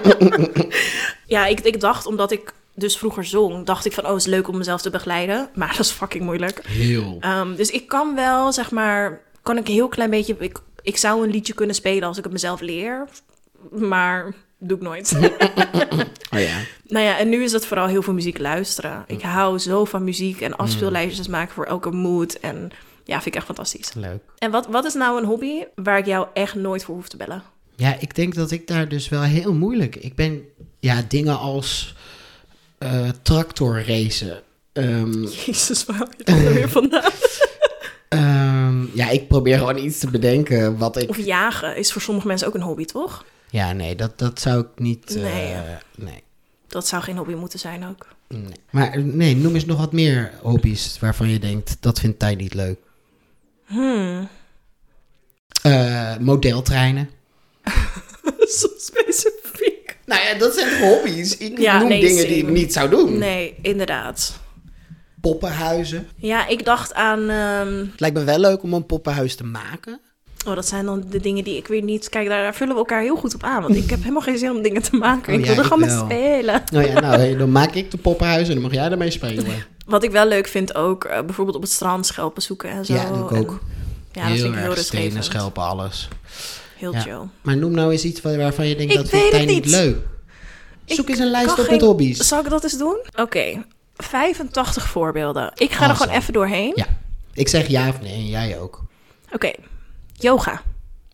Speaker 2: ja, ik, ik dacht, omdat ik dus vroeger zong, dacht ik van, oh, het is leuk om mezelf te begeleiden. Maar dat is fucking moeilijk.
Speaker 1: Heel.
Speaker 2: Ehm, dus ik kan wel, zeg maar, kan ik een heel klein beetje... Ik, ik zou een liedje kunnen spelen als ik het mezelf leer. Maar doe ik nooit.
Speaker 1: Oh ja.
Speaker 2: Nou ja, en nu is het vooral heel veel muziek luisteren. Ik hou zo van muziek en afspeellijstjes maken voor elke mood. En ja, vind ik echt fantastisch.
Speaker 1: Leuk.
Speaker 2: En wat, wat is nou een hobby waar ik jou echt nooit voor hoef te bellen?
Speaker 1: Ja, ik denk dat ik daar dus wel heel moeilijk. Ik ben ja, dingen als eh tractorracen. Ehm,
Speaker 2: Jezus, waar hou je dat nou weer vandaan?
Speaker 1: ehm, ja, ik probeer gewoon iets te bedenken wat ik.
Speaker 2: Of jagen is voor sommige mensen ook een hobby, toch?
Speaker 1: Ja, nee, dat, dat zou ik niet. eh,
Speaker 2: Nee, ja.
Speaker 1: nee,
Speaker 2: Dat zou geen hobby moeten zijn ook.
Speaker 1: nee. Maar nee, noem eens nog wat meer hobby's waarvan je denkt dat vindt Tij niet leuk.
Speaker 2: Hmm,
Speaker 1: Eh, modeltreinen.
Speaker 2: zo specifiek.
Speaker 1: Nou ja, dat zijn hobby's. Ik
Speaker 2: Ja, noem nee, dingen same. die ik niet
Speaker 1: zou doen.
Speaker 2: Nee, inderdaad.
Speaker 1: Poppenhuizen.
Speaker 2: Ja, ik dacht aan... ehm,
Speaker 1: Het lijkt me wel leuk om een poppenhuis te maken.
Speaker 2: Oh, dat zijn dan de dingen die ik weer niet... Kijk, daar vullen we elkaar heel goed op aan. Want ik heb helemaal geen zin om dingen te maken.
Speaker 1: Oh
Speaker 2: ik
Speaker 1: ja,
Speaker 2: wil er
Speaker 1: ik
Speaker 2: gewoon mee
Speaker 1: wel.
Speaker 2: spelen.
Speaker 1: Nou ja, nou, hey, dan maak ik de poppenhuizen en dan mag jij ermee spelen.
Speaker 2: Wat ik wel leuk vind ook, eh, bijvoorbeeld op het strand schelpen zoeken en zo.
Speaker 1: Ja, doe ik
Speaker 2: En-
Speaker 1: ook.
Speaker 2: ja, dat vind ik heel
Speaker 1: stenen,
Speaker 2: rustgevend.
Speaker 1: schelpen, alles.
Speaker 2: Heel
Speaker 1: Ja.
Speaker 2: chill.
Speaker 1: Maar noem nou eens iets waar- waarvan je denkt
Speaker 2: Ik
Speaker 1: dat vindt
Speaker 2: weet het
Speaker 1: hij niet
Speaker 2: niet.
Speaker 1: leuk. Zoek eens een lijst
Speaker 2: kan
Speaker 1: op met
Speaker 2: geen-
Speaker 1: hobby's.
Speaker 2: Zal ik dat eens doen? Oké, 85 voorbeelden. Ik ga er
Speaker 1: Awesome.
Speaker 2: gewoon even doorheen.
Speaker 1: Ja, ik zeg ja of nee en jij ook.
Speaker 2: Oké, yoga.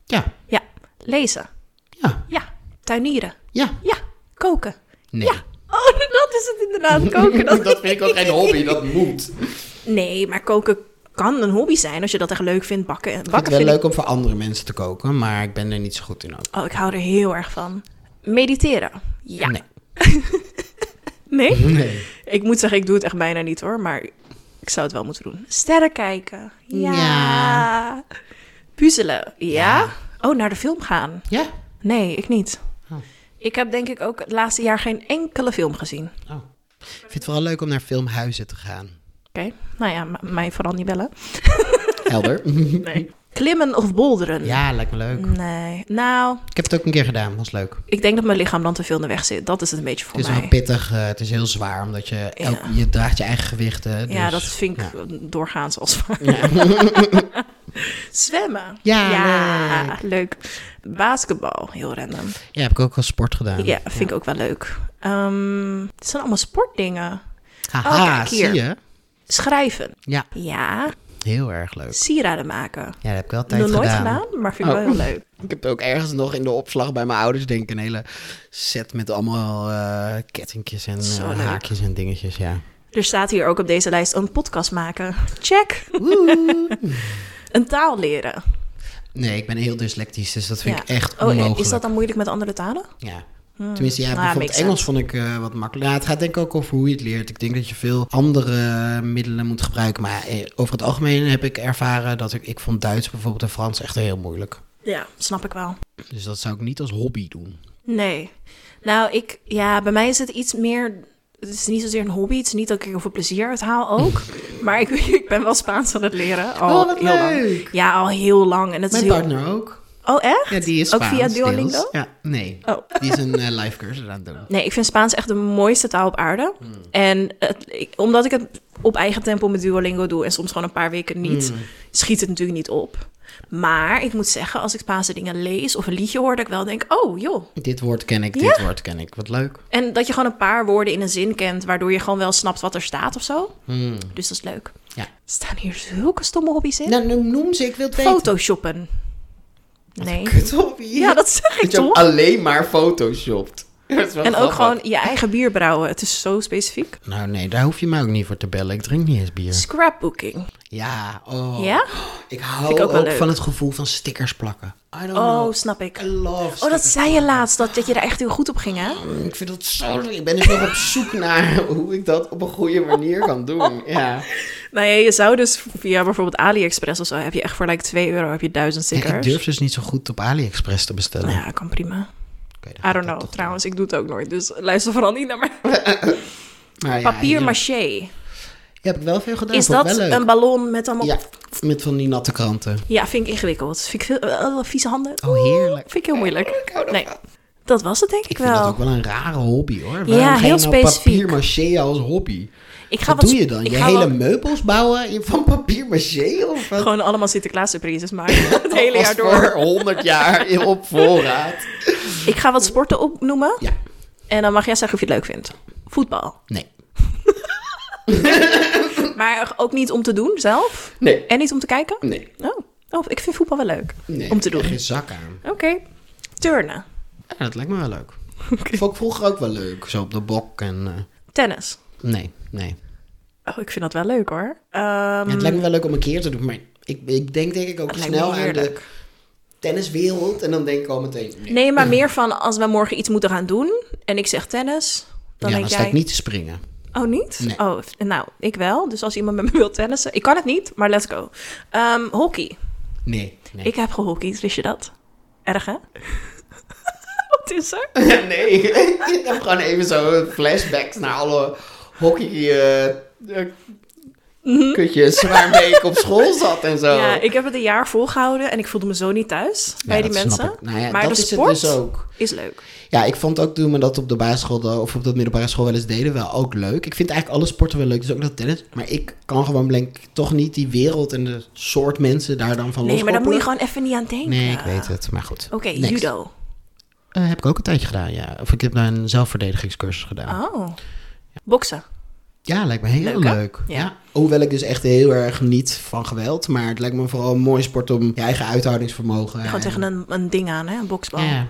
Speaker 1: Ja,
Speaker 2: Ja. Lezen.
Speaker 1: ja,
Speaker 2: Ja. Tuinieren.
Speaker 1: ja,
Speaker 2: Ja. Koken.
Speaker 1: nee.
Speaker 2: Ja. Oh, dat is het inderdaad. Koken. Dat...
Speaker 1: vind ik ook geen hobby, dat moet.
Speaker 2: Nee, maar koken kan een hobby zijn als je dat echt leuk vindt. Bakken, en-
Speaker 1: Ik vind het
Speaker 2: bakken
Speaker 1: wel
Speaker 2: vind
Speaker 1: leuk om voor andere mensen te koken, maar ik ben er niet zo goed in ook.
Speaker 2: ik... Oh, ik hou er heel erg van. Mediteren. Ja.
Speaker 1: Nee.
Speaker 2: nee?
Speaker 1: Nee.
Speaker 2: Ik moet zeggen, ik doe het echt bijna niet hoor, maar ik zou het wel moeten doen. Sterren kijken. Ja.
Speaker 1: Ja.
Speaker 2: Puzzelen. Ja. Oh, naar de film gaan.
Speaker 1: Ja?
Speaker 2: Nee, ik niet.
Speaker 1: Oh.
Speaker 2: Ik heb denk ik ook het laatste jaar geen enkele film gezien. Oké,
Speaker 1: Oh. Ik vind het vooral leuk om naar filmhuizen te gaan.
Speaker 2: nou ja, m- mij vooral niet bellen.
Speaker 1: Helder.
Speaker 2: Nee. Klimmen of bolderen?
Speaker 1: Ja, lijkt me leuk.
Speaker 2: Nee. Nou,
Speaker 1: Ik heb het ook een keer gedaan, was leuk.
Speaker 2: ik denk dat mijn lichaam dan te veel in de weg zit. Dat is het een beetje voor
Speaker 1: Het is
Speaker 2: mij.
Speaker 1: wel pittig, eh, het is heel zwaar, omdat je, elk- je draagt je eigen gewicht. Hè,
Speaker 2: Ja,
Speaker 1: dus-
Speaker 2: dat vind ik
Speaker 1: ja.
Speaker 2: doorgaans als waar. Zwemmen.
Speaker 1: Ja,
Speaker 2: leuk. Basketbal, heel random.
Speaker 1: Ja, heb ik ook als sport gedaan.
Speaker 2: Ja, vind ik ook wel leuk. Ehm, het zijn allemaal sportdingen.
Speaker 1: Haha,
Speaker 2: Oh, kijk hier.
Speaker 1: zie je?
Speaker 2: Schrijven.
Speaker 1: Ja,
Speaker 2: Ja.
Speaker 1: heel erg leuk.
Speaker 2: Sieraden maken.
Speaker 1: Ja, dat heb ik wel tijd
Speaker 2: Nog nooit
Speaker 1: gedaan.
Speaker 2: gedaan, maar vind ik
Speaker 1: Oh.
Speaker 2: wel heel leuk.
Speaker 1: Ik heb ook ergens nog in de opslag bij mijn ouders, denk ik, een hele set met allemaal eh kettingjes en
Speaker 2: Zo
Speaker 1: eh,
Speaker 2: leuk.
Speaker 1: haakjes en dingetjes, ja.
Speaker 2: Er staat hier ook op deze lijst een podcast maken. Check.
Speaker 1: Woe!
Speaker 2: Een taal leren.
Speaker 1: nee, ik ben heel dyslectisch, dus dat vind
Speaker 2: Ja.
Speaker 1: ik echt
Speaker 2: oh,
Speaker 1: onmogelijk.
Speaker 2: Is dat dan moeilijk met andere talen?
Speaker 1: Ja. Tenminste, ja,
Speaker 2: Nou ja,
Speaker 1: bijvoorbeeld
Speaker 2: makes
Speaker 1: Engels
Speaker 2: sense.
Speaker 1: vond ik eh, wat makkelijker. Ja, het gaat denk ik ook over hoe je het leert. Ik denk dat je veel andere eh, middelen moet gebruiken. Maar eh, over het algemeen heb ik ervaren dat ik... Ik vond Duits bijvoorbeeld en Frans echt heel moeilijk.
Speaker 2: Ja, snap ik wel.
Speaker 1: Dus dat zou ik niet als hobby doen.
Speaker 2: Nee. Nou, ik, ja, bij mij is het iets meer. Het is niet zozeer een hobby. Het is niet dat ik er heel veel plezier uit haal ook. Maar ik, ik ben wel Spaans aan het leren. Al
Speaker 1: Oh, wat
Speaker 2: heel Lang.
Speaker 1: leuk.
Speaker 2: Ja, al heel lang. En het
Speaker 1: Mijn
Speaker 2: is heel...
Speaker 1: partner ook.
Speaker 2: Oh, echt?
Speaker 1: Ja, die is
Speaker 2: ook
Speaker 1: Spaans,
Speaker 2: via
Speaker 1: deels.
Speaker 2: Duolingo?
Speaker 1: Ja, nee.
Speaker 2: Oh.
Speaker 1: Die is een eh, live cursus aan het doen.
Speaker 2: Nee, ik vind Spaans echt de mooiste taal op aarde.
Speaker 1: Hmm.
Speaker 2: En het- ik- omdat ik het op eigen tempo met Duolingo doe en soms gewoon een paar weken niet,
Speaker 1: Hmm.
Speaker 2: schiet het natuurlijk niet op. Maar ik moet zeggen, als ik Spaanse dingen lees of een liedje hoor, dat ik wel denk, oh joh.
Speaker 1: Dit woord ken ik, dit woord ken ik. Wat leuk.
Speaker 2: En dat je gewoon een paar woorden in een zin kent, waardoor je gewoon wel snapt wat er staat of zo. Dus dat is leuk.
Speaker 1: Ja.
Speaker 2: Staan hier zulke stomme hobby's in?
Speaker 1: Nou, noem- noem ze, ik wil het weten.
Speaker 2: Photoshoppen. Nee.
Speaker 1: Hobby.
Speaker 2: Ja, dat zeg ik
Speaker 1: Dat je ook
Speaker 2: toch?
Speaker 1: alleen maar photoshopt. Dat is wel
Speaker 2: En ook
Speaker 1: grappig.
Speaker 2: gewoon je eigen bier brouwen. Het is zo specifiek.
Speaker 1: Nou nee, daar hoef je mij ook niet voor te bellen. Ik drink niet eens bier.
Speaker 2: Scrapbooking.
Speaker 1: Ja, oh.
Speaker 2: Ja?
Speaker 1: Ik hou
Speaker 2: Vind ik ook
Speaker 1: ook,
Speaker 2: wel leuk.
Speaker 1: van het gevoel van stickers plakken. I don't
Speaker 2: Oh,
Speaker 1: know.
Speaker 2: snap ik.
Speaker 1: I love
Speaker 2: Oh, dat
Speaker 1: stickers. Mm,
Speaker 2: zei je laatst, dat, dat je er echt heel goed op ging, hè?
Speaker 1: Ik vind dat zo leuk. Ik ben dus nog op zoek naar hoe ik dat op een goede manier kan doen. Ja.
Speaker 2: Nou ja, je zou dus via bijvoorbeeld AliExpress of zo... heb je echt voor like 2 euro heb je 1000
Speaker 1: Ja,
Speaker 2: stickers.
Speaker 1: ik durf dus niet zo goed op AliExpress te bestellen.
Speaker 2: Nou ja, kan prima.
Speaker 1: Oké, dan ga
Speaker 2: I
Speaker 1: ik
Speaker 2: don't
Speaker 1: dat
Speaker 2: know,
Speaker 1: toch
Speaker 2: trouwens. Ik doe het ook nooort, dus luister vooral niet naar mij.
Speaker 1: doen. Maar Nou ja,
Speaker 2: Papier
Speaker 1: hier-
Speaker 2: maché.
Speaker 1: heb ik wel veel gedaan.
Speaker 2: Is
Speaker 1: Vond ik
Speaker 2: dat
Speaker 1: wel leuk.
Speaker 2: een ballon met allemaal...
Speaker 1: Ja, met van die natte kranten.
Speaker 2: Ja, vind ik ingewikkeld. Vind ik veel, eh, vieze handen.
Speaker 1: Oh, heerlijk. Oh,
Speaker 2: Vind ik heel moeilijk. Nee, dat was het denk ik,
Speaker 1: Ik vind
Speaker 2: wel.
Speaker 1: dat ook wel een rare hobby hoor.
Speaker 2: Ja,
Speaker 1: Waarom ga
Speaker 2: heel
Speaker 1: je nou
Speaker 2: specifiek.
Speaker 1: papier maché als hobby?
Speaker 2: Ik ga
Speaker 1: Wat
Speaker 2: wat-
Speaker 1: doe je dan?
Speaker 2: ik
Speaker 1: Je
Speaker 2: ga
Speaker 1: hele
Speaker 2: wel
Speaker 1: meubels bouwen in- van papier maché? Of wat?
Speaker 2: Gewoon allemaal Sinterklaas surprises maken. Het hele
Speaker 1: Als
Speaker 2: jaar door.
Speaker 1: voor 100 jaar in- op voorraad.
Speaker 2: Ik ga wat sporten opnoemen.
Speaker 1: Ja,
Speaker 2: En dan mag jij zeggen of je het leuk vindt. Voetbal.
Speaker 1: nee.
Speaker 2: Maar ook niet om te doen zelf.
Speaker 1: Nee.
Speaker 2: En niet om te kijken.
Speaker 1: Nee.
Speaker 2: Oh, oh ik vind voetbal wel leuk.
Speaker 1: nee.
Speaker 2: Om te doen.
Speaker 1: Geen zak aan.
Speaker 2: Oké. Turnen.
Speaker 1: Ja, dat lijkt me wel leuk. Vond ik vroeger ook wel leuk. Zo op de bok en... eh,
Speaker 2: Tennis.
Speaker 1: nee, nee.
Speaker 2: Oh, ik vind dat wel leuk hoor.
Speaker 1: Ja,
Speaker 2: Ehm,
Speaker 1: het lijkt me wel leuk om een keer te doen, maar ik, ik denk denk ik ook
Speaker 2: Het lijkt me
Speaker 1: snel aan de
Speaker 2: heerlijk.
Speaker 1: tenniswereld. En dan denk ik al meteen... Nee.
Speaker 2: nee, maar meer van als we morgen iets moeten gaan doen en ik zeg tennis, dan
Speaker 1: ja,
Speaker 2: denk
Speaker 1: dan sta
Speaker 2: jij...
Speaker 1: ik niet te springen.
Speaker 2: Oh, niet?
Speaker 1: Nee.
Speaker 2: Oh, f- nou, ik wel. Dus als iemand met me wil tennissen... Ik kan het niet, maar let's go. Ehm, hockey.
Speaker 1: Nee. nee.
Speaker 2: Ik heb gehockeyd, wist je dat? Erg, hè? Wat is er?
Speaker 1: nee, ik heb gewoon even zo flashbacks naar alle hockey... eh, eh, kutjes waar een week op school zat en zo.
Speaker 2: Mhm. Ja, ik heb het een jaar volgehouden en ik voelde me zo niet thuis bij
Speaker 1: Oh. Ja,
Speaker 2: die
Speaker 1: dat snap
Speaker 2: mensen.
Speaker 1: ik. Nou ja,
Speaker 2: maar
Speaker 1: dat
Speaker 2: de
Speaker 1: is het
Speaker 2: sport
Speaker 1: dus ook.
Speaker 2: is leuk.
Speaker 1: Ja, ik vond ook toen we dat op de basisschool of op de middelbare school wel eens deden, wel ook leuk. Ik vind eigenlijk alle sporten wel leuk, dus ook dat tennis. Maar ik kan gewoon blank toch niet die wereld en de soort mensen daar dan van
Speaker 2: Nee, maar daar moet je
Speaker 1: loskoppelen.
Speaker 2: gewoon even niet aan denken.
Speaker 1: Nee, ik weet het, maar goed.
Speaker 2: Oké,
Speaker 1: Next.
Speaker 2: judo.
Speaker 1: Eh, heb ik ook een tijdje gedaan, ja. Of ik heb daar een zelfverdedigingscursus gedaan.
Speaker 2: Oh. Boksen.
Speaker 1: Ja, lijkt me heel
Speaker 2: Leuk,
Speaker 1: leuk.
Speaker 2: hè? Ja.
Speaker 1: Ja. Hoewel ik dus echt heel erg niet van geweld, maar het lijkt me vooral een mooie sport om je eigen uithoudingsvermogen. eh,
Speaker 2: Gewoon tegen een, een ding aan, hè? Een boksbal.
Speaker 1: Ja.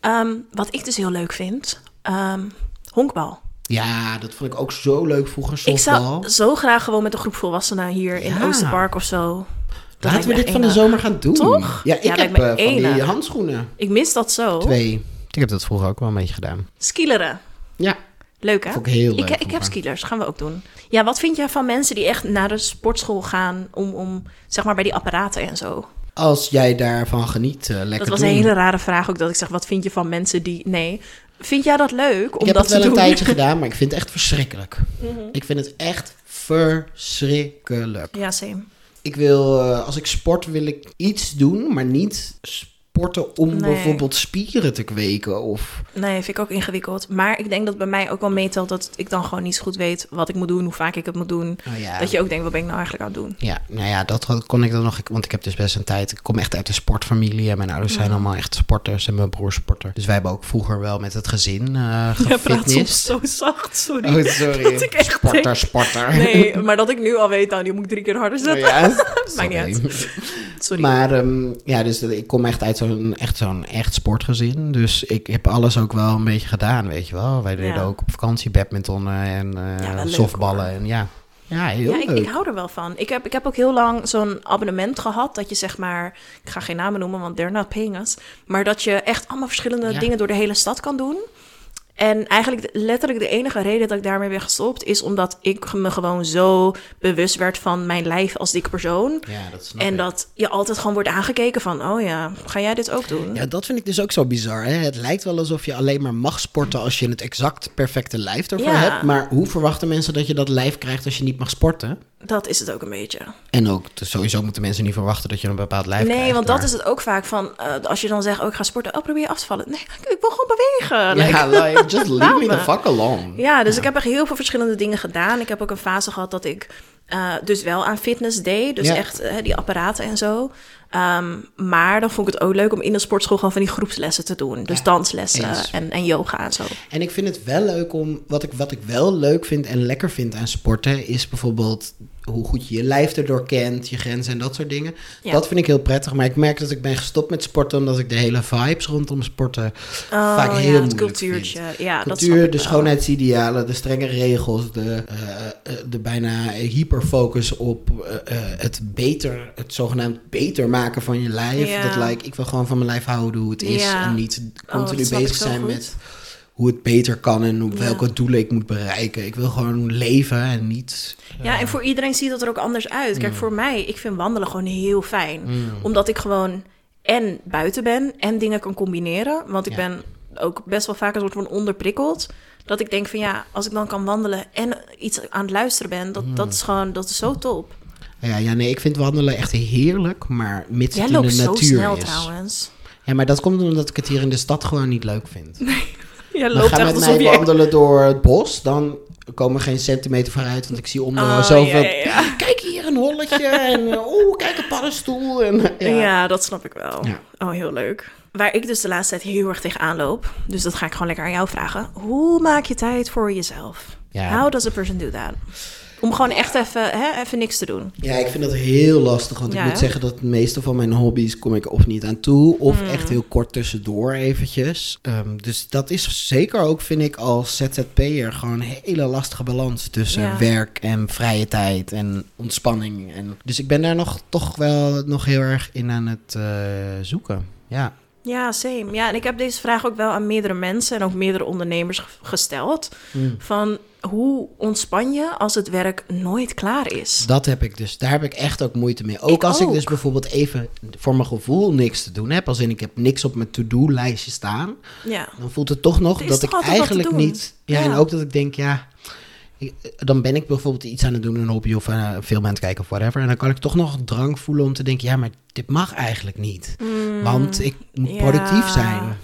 Speaker 2: Ehm, wat ik dus heel leuk vind, ehm, honkbal.
Speaker 1: ja, dat vond ik ook zo leuk vroeger,
Speaker 2: Ik
Speaker 1: softbal.
Speaker 2: zou zo graag gewoon met een groep volwassenen hier in
Speaker 1: Ja.
Speaker 2: Oosterpark of zo. Dat lijkt
Speaker 1: Laten we
Speaker 2: me
Speaker 1: dit van de
Speaker 2: enig.
Speaker 1: zomer gaan doen.
Speaker 2: Toch?
Speaker 1: Ja, ik
Speaker 2: Ja, lijkt
Speaker 1: heb
Speaker 2: me
Speaker 1: eh, van die
Speaker 2: enig.
Speaker 1: handschoenen.
Speaker 2: Ik mis dat zo.
Speaker 1: Twee. Ik heb dat vroeger ook wel een beetje gedaan.
Speaker 2: Skileren.
Speaker 1: Ja.
Speaker 2: Leuk hè?
Speaker 1: Vond ik heel leuk,
Speaker 2: Ik, ik heb
Speaker 1: vroeger.
Speaker 2: skilers, gaan we ook doen. Ja, wat vind jij van mensen die echt naar de sportschool gaan om, om zeg maar bij die apparaten en zo?
Speaker 1: Als jij daarvan geniet, eh, lekker
Speaker 2: Dat was
Speaker 1: doen.
Speaker 2: een hele rare vraag ook dat ik zeg, wat vind je van mensen die... Nee, vind jij dat leuk om
Speaker 1: Ik heb
Speaker 2: dat
Speaker 1: het
Speaker 2: te
Speaker 1: wel
Speaker 2: doen? Mhm.
Speaker 1: een tijdje gedaan, maar ik vind het echt verschrikkelijk. Ik vind het echt verschrikkelijk.
Speaker 2: Ja, same.
Speaker 1: Ik wil, eh, als ik sport, wil ik iets doen, maar niet sporten om
Speaker 2: Nee.
Speaker 1: bijvoorbeeld spieren te kweken. Of,
Speaker 2: Nee, vind ik ook ingewikkeld. Maar ik denk dat bij mij ook wel meetelt dat ik dan gewoon niet zo goed weet wat ik moet doen, hoe vaak ik het moet doen.
Speaker 1: nou ja.
Speaker 2: Dat je ook denkt, wat ben ik nou eigenlijk aan het doen?
Speaker 1: Ja, nou ja, dat kon ik dan nog. ik- Want ik heb dus best een tijd. Ik kom echt uit een sportfamilie. En mijn ouders zijn allemaal echt sporters. En mijn broer sporter. Dus wij hebben ook vroeger wel met het gezin eh
Speaker 2: Jij praat soms
Speaker 1: gefitness.
Speaker 2: zo zacht, sorry.
Speaker 1: Oh, sorry.
Speaker 2: Dat ik echt
Speaker 1: sporter,
Speaker 2: denk-
Speaker 1: sporter.
Speaker 2: Nee, maar dat ik nu al weet, nou, die moet ik drie keer harder
Speaker 1: Oh
Speaker 2: zetten.
Speaker 1: ja,
Speaker 2: Maakt niet
Speaker 1: sorry.
Speaker 2: Sorry.
Speaker 1: Maar ehm, ja, dus dat- ik kom echt uit zo'n echt, zo'n echt sportgezin. Dus ik heb alles ook wel een beetje gedaan, weet je wel. Wij deden
Speaker 2: Ja.
Speaker 1: ook op vakantie badmintonnen en eh,
Speaker 2: Ja, wel leuk,
Speaker 1: softballen.
Speaker 2: hoor.
Speaker 1: en ja, ja heel
Speaker 2: ja,
Speaker 1: leuk.
Speaker 2: ik, ik hou er wel van. Ik heb, ik heb ook heel lang zo'n abonnement gehad dat je zeg maar, ik ga geen namen noemen, want they're not paying us, maar dat je echt allemaal verschillende
Speaker 1: Ja.
Speaker 2: dingen door de hele stad kan doen. En eigenlijk de- letterlijk de enige reden dat ik daarmee ben gestopt is omdat ik me gewoon zo bewust werd van mijn lijf als dikke persoon.
Speaker 1: Ja, dat snap
Speaker 2: En
Speaker 1: ik.
Speaker 2: dat je altijd gewoon wordt aangekeken van, oh ja, ga jij dit ook doen?
Speaker 1: Ja, dat vind ik dus ook zo bizar. Hè? Het lijkt wel alsof je alleen maar mag sporten als je het exact perfecte lijf ervoor
Speaker 2: Ja.
Speaker 1: hebt. Maar hoe verwachten mensen dat je dat lijf krijgt als je niet mag sporten?
Speaker 2: Dat is het ook een beetje.
Speaker 1: En ook, dus sowieso moeten mensen niet verwachten dat je een bepaald lijf krijgt.
Speaker 2: Nee, want
Speaker 1: maar-
Speaker 2: dat is het ook vaak van, eh, als je dan zegt, oh ik ga sporten, oh probeer je af te vallen. Nee, ik, ik wil gewoon bewegen. Like,
Speaker 1: Ja, like, just leave me the
Speaker 2: Laat me.
Speaker 1: fuck alone.
Speaker 2: Ja, dus ik heb echt heel veel verschillende dingen gedaan. Ik heb ook een fase gehad dat ik eh, dus wel aan fitness deed. Dus
Speaker 1: Ja.
Speaker 2: echt eh, die apparaten en zo. Ehm, maar dan vond ik het ook leuk om in de sportschool gewoon van die groepslessen te doen. Dus
Speaker 1: Ja,
Speaker 2: danslessen
Speaker 1: eens.
Speaker 2: en, en yoga en zo.
Speaker 1: En ik vind het wel leuk om. Wat ik, wat ik wel leuk vind en lekker vind aan sporten. is bijvoorbeeld hoe goed je je lijf erdoor kent. je grenzen en dat soort dingen.
Speaker 2: Ja.
Speaker 1: Dat vind ik heel prettig. Maar ik merk dat ik ben gestopt met sporten. omdat ik de hele vibes rondom sporten. vaak heel
Speaker 2: Oh, ja, het
Speaker 1: moeilijk
Speaker 2: cultuurtje.
Speaker 1: vind.
Speaker 2: Ja, dat snap
Speaker 1: Cultuur,
Speaker 2: ik
Speaker 1: de
Speaker 2: wel.
Speaker 1: schoonheidsidealen, de strenge regels, de, eh, eh, de bijna hyperfocus op eh, eh, het beter, het zogenaamd beter maken van je lijf.
Speaker 2: Ja.
Speaker 1: Dat lijkt, ik wil gewoon van mijn lijf houden hoe het is
Speaker 2: Ja.
Speaker 1: en niet
Speaker 2: Oh,
Speaker 1: continu
Speaker 2: dat snap
Speaker 1: bezig
Speaker 2: ik zo
Speaker 1: zijn
Speaker 2: goed.
Speaker 1: met hoe het beter kan en hoe-
Speaker 2: Ja.
Speaker 1: welke doelen ik moet bereiken. Ik wil gewoon leven en niet...
Speaker 2: Ja, en voor iedereen ziet dat er ook anders uit.
Speaker 1: Mm.
Speaker 2: Kijk, voor mij, ik vind wandelen gewoon heel fijn. Omdat ik gewoon en buiten ben en dingen kan combineren. Want ik
Speaker 1: Ja.
Speaker 2: ben ook best wel vaak een soort van onderprikkeld. Dat ik denk van ja, als ik dan kan wandelen en iets aan het luisteren ben,
Speaker 1: Mm.
Speaker 2: dat, dat is gewoon, dat is zo top.
Speaker 1: Ja, ja, nee, ik vind wandelen echt heerlijk, maar mits
Speaker 2: Jij
Speaker 1: het in de
Speaker 2: loopt zo
Speaker 1: natuur
Speaker 2: snel
Speaker 1: is.
Speaker 2: trouwens.
Speaker 1: Ja, maar dat komt omdat ik het hier in de stad gewoon niet leuk vind.
Speaker 2: Jij
Speaker 1: Dan
Speaker 2: loopt
Speaker 1: ga
Speaker 2: echt
Speaker 1: met
Speaker 2: alsof
Speaker 1: mij
Speaker 2: je...
Speaker 1: wandelen door het bos, dan komen we geen centimeter vooruit, want ik zie om
Speaker 2: Oh,
Speaker 1: zo zoveel...
Speaker 2: ja, ja,
Speaker 1: Kijk hier, een holletje en eh, oeh, kijk een paddenstoel. En,
Speaker 2: ja.
Speaker 1: eh, ja.
Speaker 2: Ja, dat snap ik wel.
Speaker 1: Ja.
Speaker 2: Oh, heel leuk. Waar ik dus de laatste tijd heel erg tegenaan loop, dus dat ga ik gewoon lekker aan jou vragen. Hoe maak je tijd voor jezelf?
Speaker 1: Ja.
Speaker 2: How does a person do that? Om gewoon echt even, hè, even niks te doen.
Speaker 1: Ja, ik vind dat heel lastig, want
Speaker 2: Ja,
Speaker 1: ik moet
Speaker 2: hè?
Speaker 1: zeggen dat de meeste van mijn hobby's kom ik of niet aan toe,
Speaker 2: Hmm.
Speaker 1: of echt heel kort tussendoor eventjes. Ehm, dus dat is zeker ook, vind ik, als ZZP'er gewoon een hele lastige balans tussen
Speaker 2: Ja.
Speaker 1: werk en vrije tijd en ontspanning. En, dus ik ben daar nog toch wel nog heel erg in aan het eh, zoeken. Ja.
Speaker 2: Ja, same. Ja, en ik heb deze vraag ook wel aan meerdere mensen en ook meerdere ondernemers ge- gesteld.
Speaker 1: Mm.
Speaker 2: Van hoe ontspan je als het werk nooit klaar is?
Speaker 1: Dat heb ik dus. Daar heb ik echt ook moeite mee. Ook
Speaker 2: Ik
Speaker 1: als ik dus
Speaker 2: ook.
Speaker 1: bijvoorbeeld even voor mijn gevoel niks te doen heb. Als in ik heb niks op mijn to-do-lijstje staan.
Speaker 2: Ja.
Speaker 1: Dan voelt het toch nog
Speaker 2: Er is
Speaker 1: dat
Speaker 2: toch
Speaker 1: ik
Speaker 2: altijd wat te
Speaker 1: eigenlijk
Speaker 2: doen?
Speaker 1: niet. Ja,
Speaker 2: Ja.
Speaker 1: en ook dat ik denk, ja. ik- dan ben ik bijvoorbeeld iets aan het doen, een hobby of eh, een film aan het kijken of whatever. En dan kan ik toch nog drang voelen om te denken, ja, maar dit mag eigenlijk niet. want ik moet
Speaker 2: Mm. ja.
Speaker 1: productief zijn.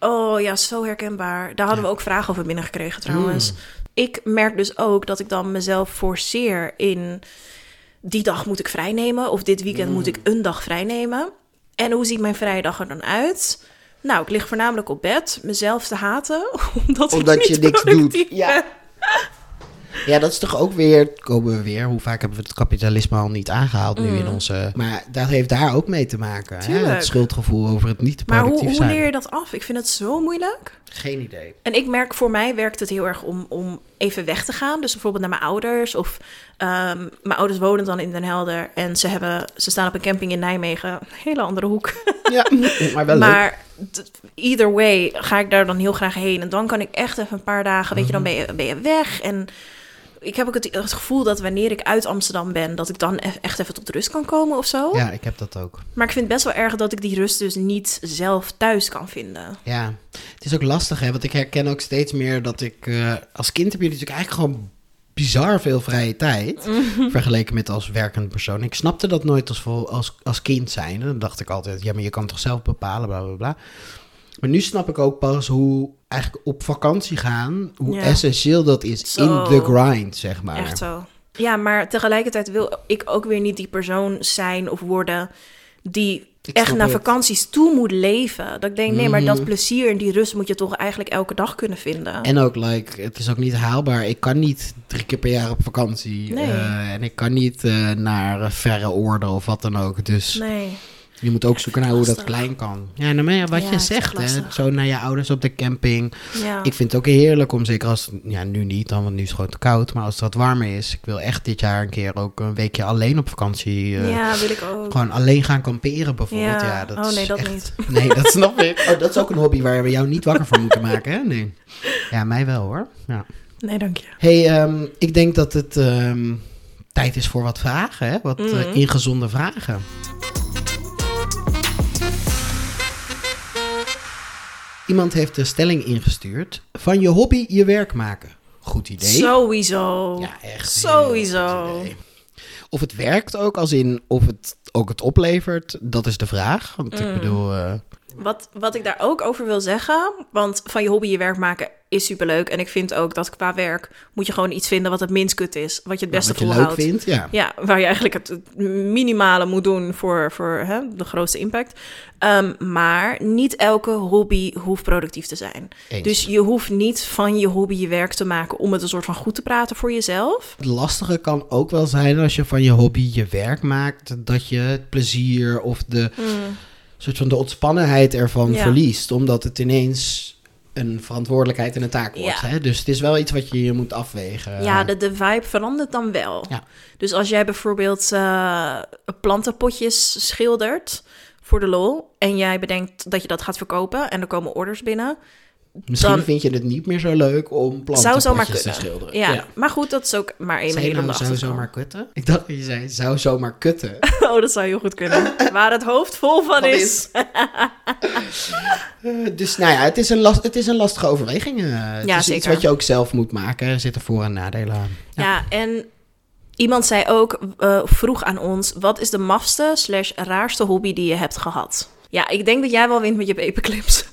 Speaker 2: Oh ja, zo herkenbaar. Daar hadden we ook vragen over binnengekregen trouwens.
Speaker 1: Mm.
Speaker 2: Ik merk dus ook dat ik dan mezelf forceer in... die dag moet ik vrijnemen of dit weekend moet
Speaker 1: Mm.
Speaker 2: ik een dag vrijnemen. En hoe ziet mijn vrijdag er dan uit? Nou, ik lig voornamelijk op bed, mezelf te haten, omdat,
Speaker 1: Omdat
Speaker 2: ik niet
Speaker 1: je niks doet.
Speaker 2: productief
Speaker 1: Ja.
Speaker 2: ben.
Speaker 1: Ja, dat is toch ook weer, komen we weer, hoe vaak hebben we het kapitalisme al niet aangehaald nu in onze... Maar dat heeft daar ook mee te maken, hè?
Speaker 2: Mm. Tuurlijk.
Speaker 1: het schuldgevoel over het niet
Speaker 2: Maar
Speaker 1: productief
Speaker 2: hoe, hoe
Speaker 1: zijn.
Speaker 2: leer je dat af? Ik vind het zo moeilijk.
Speaker 1: Geen idee.
Speaker 2: En ik merk, voor mij werkt het heel erg om, om even weg te gaan. Dus bijvoorbeeld naar mijn ouders. Of ehm, mijn ouders wonen dan in Den Helder. En ze, hebben, ze staan op een camping in Nijmegen. Een hele andere hoek.
Speaker 1: Ja, maar wel leuk.
Speaker 2: maar d- either way ga ik daar dan heel graag heen. En dan kan ik echt even een paar dagen, weet je, dan
Speaker 1: Mhm.
Speaker 2: ben je, ben je weg. En ik heb ook het, het gevoel dat wanneer ik uit Amsterdam ben... dat ik dan e- echt even tot rust kan komen of zo.
Speaker 1: Ja, ik heb dat ook.
Speaker 2: Maar ik vind het best wel erg dat ik die rust dus niet zelf thuis kan vinden.
Speaker 1: Ja, het is ook lastig, hè? Want ik herken ook steeds meer dat ik... eh, als kind heb je natuurlijk eigenlijk gewoon bizar veel vrije tijd... vergeleken met als werkend persoon. Ik snapte dat nooit als, vol- als, als kind zijn. Dan dacht ik altijd, ja, maar je kan toch zelf bepalen, bla, bla, bla. Maar nu snap ik ook pas hoe eigenlijk op vakantie gaan... hoe
Speaker 2: Ja.
Speaker 1: essentieel dat is
Speaker 2: Zo.
Speaker 1: in de grind, zeg maar.
Speaker 2: Echt zo. Ja, maar tegelijkertijd wil ik ook weer niet die persoon zijn of worden die
Speaker 1: Ik
Speaker 2: echt
Speaker 1: snap
Speaker 2: naar
Speaker 1: het. Mhm.
Speaker 2: vakanties toe moet leven. Dat ik denk, nee, maar dat plezier en die rust moet je toch eigenlijk elke dag kunnen vinden.
Speaker 1: En ook, like, het is ook niet haalbaar. Ik kan niet drie keer per jaar op vakantie.
Speaker 2: Nee.
Speaker 1: eh, en ik kan niet eh, naar eh, verre oorden of wat dan ook. Dus...
Speaker 2: Nee.
Speaker 1: Je moet ook zoeken naar hoe dat
Speaker 2: lastig.
Speaker 1: klein kan. Ja, nou, maar ja, wat
Speaker 2: Ja,
Speaker 1: je
Speaker 2: ik vind het
Speaker 1: zegt, hè?
Speaker 2: lastig.
Speaker 1: zo naar je ouders op de camping.
Speaker 2: Ja.
Speaker 1: Ik vind het ook heerlijk om, zeker als, ja, nu niet dan, want nu is het gewoon te koud. Maar als het wat warmer is, ik wil echt dit jaar een keer ook een weekje alleen op vakantie. eh,
Speaker 2: ja, wil ik ook.
Speaker 1: Gewoon alleen gaan kamperen bijvoorbeeld.
Speaker 2: Ja.
Speaker 1: Ja, dat
Speaker 2: Oh, nee,
Speaker 1: is
Speaker 2: dat
Speaker 1: echt-
Speaker 2: niet.
Speaker 1: Nee, dat snap ik. Oh, dat is ook een hobby waar we jou niet wakker voor moeten maken, hè? Nee. Ja, mij wel hoor. Ja.
Speaker 2: Nee, dank je.
Speaker 1: hey, ehm, ik denk dat het ehm, tijd is voor wat vragen, hè? Wat eh,
Speaker 2: Mhm.
Speaker 1: ingezonde vragen. Iemand heeft de stelling ingestuurd: van je hobby je werk maken. Goed idee.
Speaker 2: Sowieso.
Speaker 1: ja, echt.
Speaker 2: Sowieso.
Speaker 1: heel goed idee. Of het werkt ook, als in of het ook het oplevert, dat is de vraag. Want
Speaker 2: Mm.
Speaker 1: ik bedoel, eh,
Speaker 2: Wat, wat ik daar ook over wil zeggen, want van je hobby je werk maken is superleuk. En ik vind ook dat qua werk moet je gewoon iets vinden wat het minst kut is. Wat je het beste
Speaker 1: wat je leuk
Speaker 2: volhoudt.
Speaker 1: vindt, ja.
Speaker 2: Ja, waar je eigenlijk het het minimale moet doen voor, voor hè, de grootste impact. Ehm, maar niet elke hobby hoeft productief te zijn.
Speaker 1: Eens.
Speaker 2: Dus je hoeft niet van je hobby je werk te maken om het een soort van goed te praten voor jezelf.
Speaker 1: Het lastige kan ook wel zijn als je van je hobby je werk maakt, dat je het plezier of de soort van de ontspannenheid ervan
Speaker 2: Hmm. Ja.
Speaker 1: verliest, omdat het ineens een verantwoordelijkheid en een taak wordt.
Speaker 2: Ja.
Speaker 1: Hè? Dus het is wel iets wat je je moet afwegen.
Speaker 2: ja, de, de vibe verandert dan wel.
Speaker 1: Ja.
Speaker 2: Dus als jij bijvoorbeeld eh, plantenpotjes schildert voor de lol en jij bedenkt dat je dat gaat verkopen en er komen orders binnen,
Speaker 1: Misschien
Speaker 2: dan-
Speaker 1: vind je het niet meer zo leuk om
Speaker 2: zou zomaar
Speaker 1: plantenpotjes te
Speaker 2: kunnen.
Speaker 1: schilderen.
Speaker 2: Ja. maar goed, dat is ook maar één
Speaker 1: Zei je
Speaker 2: manier om
Speaker 1: nou zou
Speaker 2: erachter te
Speaker 1: zomaar
Speaker 2: komen.
Speaker 1: kutten? Ik dacht dat je zei zou zomaar kutten.
Speaker 2: Oh, dat zou heel goed kunnen. Waar het hoofd vol van
Speaker 1: Van
Speaker 2: is.
Speaker 1: Eh, dus nou ja, het is een, last, het is een lastige overweging. eh. het
Speaker 2: Ja,
Speaker 1: is iets
Speaker 2: zeker.
Speaker 1: wat je ook zelf moet maken. Er zitten voor- en nadelen aan.
Speaker 2: Ja, en iemand zei ook, eh, vroeg aan ons... wat is de mafste slash raarste hobby die je hebt gehad? Ja, ik denk dat jij wel wint met je paperclips.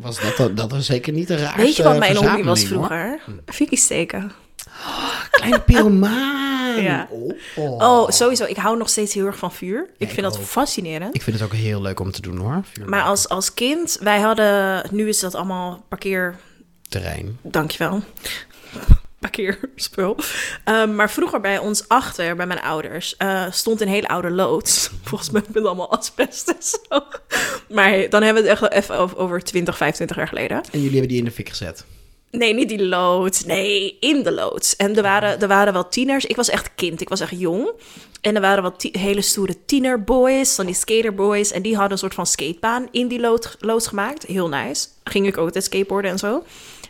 Speaker 1: Was dat, dan- dat was zeker niet de raarste
Speaker 2: Weet je wat mijn hobby was
Speaker 1: eh, verzameling, hoor.
Speaker 2: vroeger? Fikkie steken.
Speaker 1: Kleine pyromaan.
Speaker 2: Ja.
Speaker 1: Oh, oh.
Speaker 2: Oh, sowieso. Ik hou nog steeds heel erg van vuur. Ik vind dat
Speaker 1: ook.
Speaker 2: fascinerend.
Speaker 1: Ik vind het ook heel leuk om te doen hoor. Vuurwerk.
Speaker 2: Maar als, als kind, wij hadden... Nu is dat allemaal parkeer...
Speaker 1: Terrein.
Speaker 2: Dankjewel. Parkeerspul. Ehm maar vroeger bij ons achter, bij mijn ouders, eh, stond een hele oude loods. Volgens mij met allemaal asbest en zo. Maar dan hebben we het echt wel even over- over 20, 25 jaar geleden.
Speaker 1: En jullie hebben die in de fik gezet.
Speaker 2: Nee, niet die loods. Nee, in de loods. En er waren, er waren wel tieners. Ik was echt kind. Ik was echt jong. En er waren wel ti- hele stoere tienerboys. Dan die skaterboys. En die hadden een soort van skatebaan in die lood, loods gemaakt. Heel nice. Ging ik ook altijd skateboarden en zo.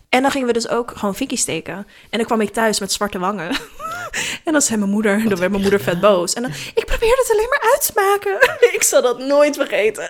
Speaker 2: En dan gingen we dus ook gewoon fikkie steken. En dan kwam ik thuis met zwarte wangen. en dan zei mijn moeder... dan werd mijn moeder vet boos. En dan, ik probeerde het alleen maar uit te maken. ik zal dat nooit vergeten.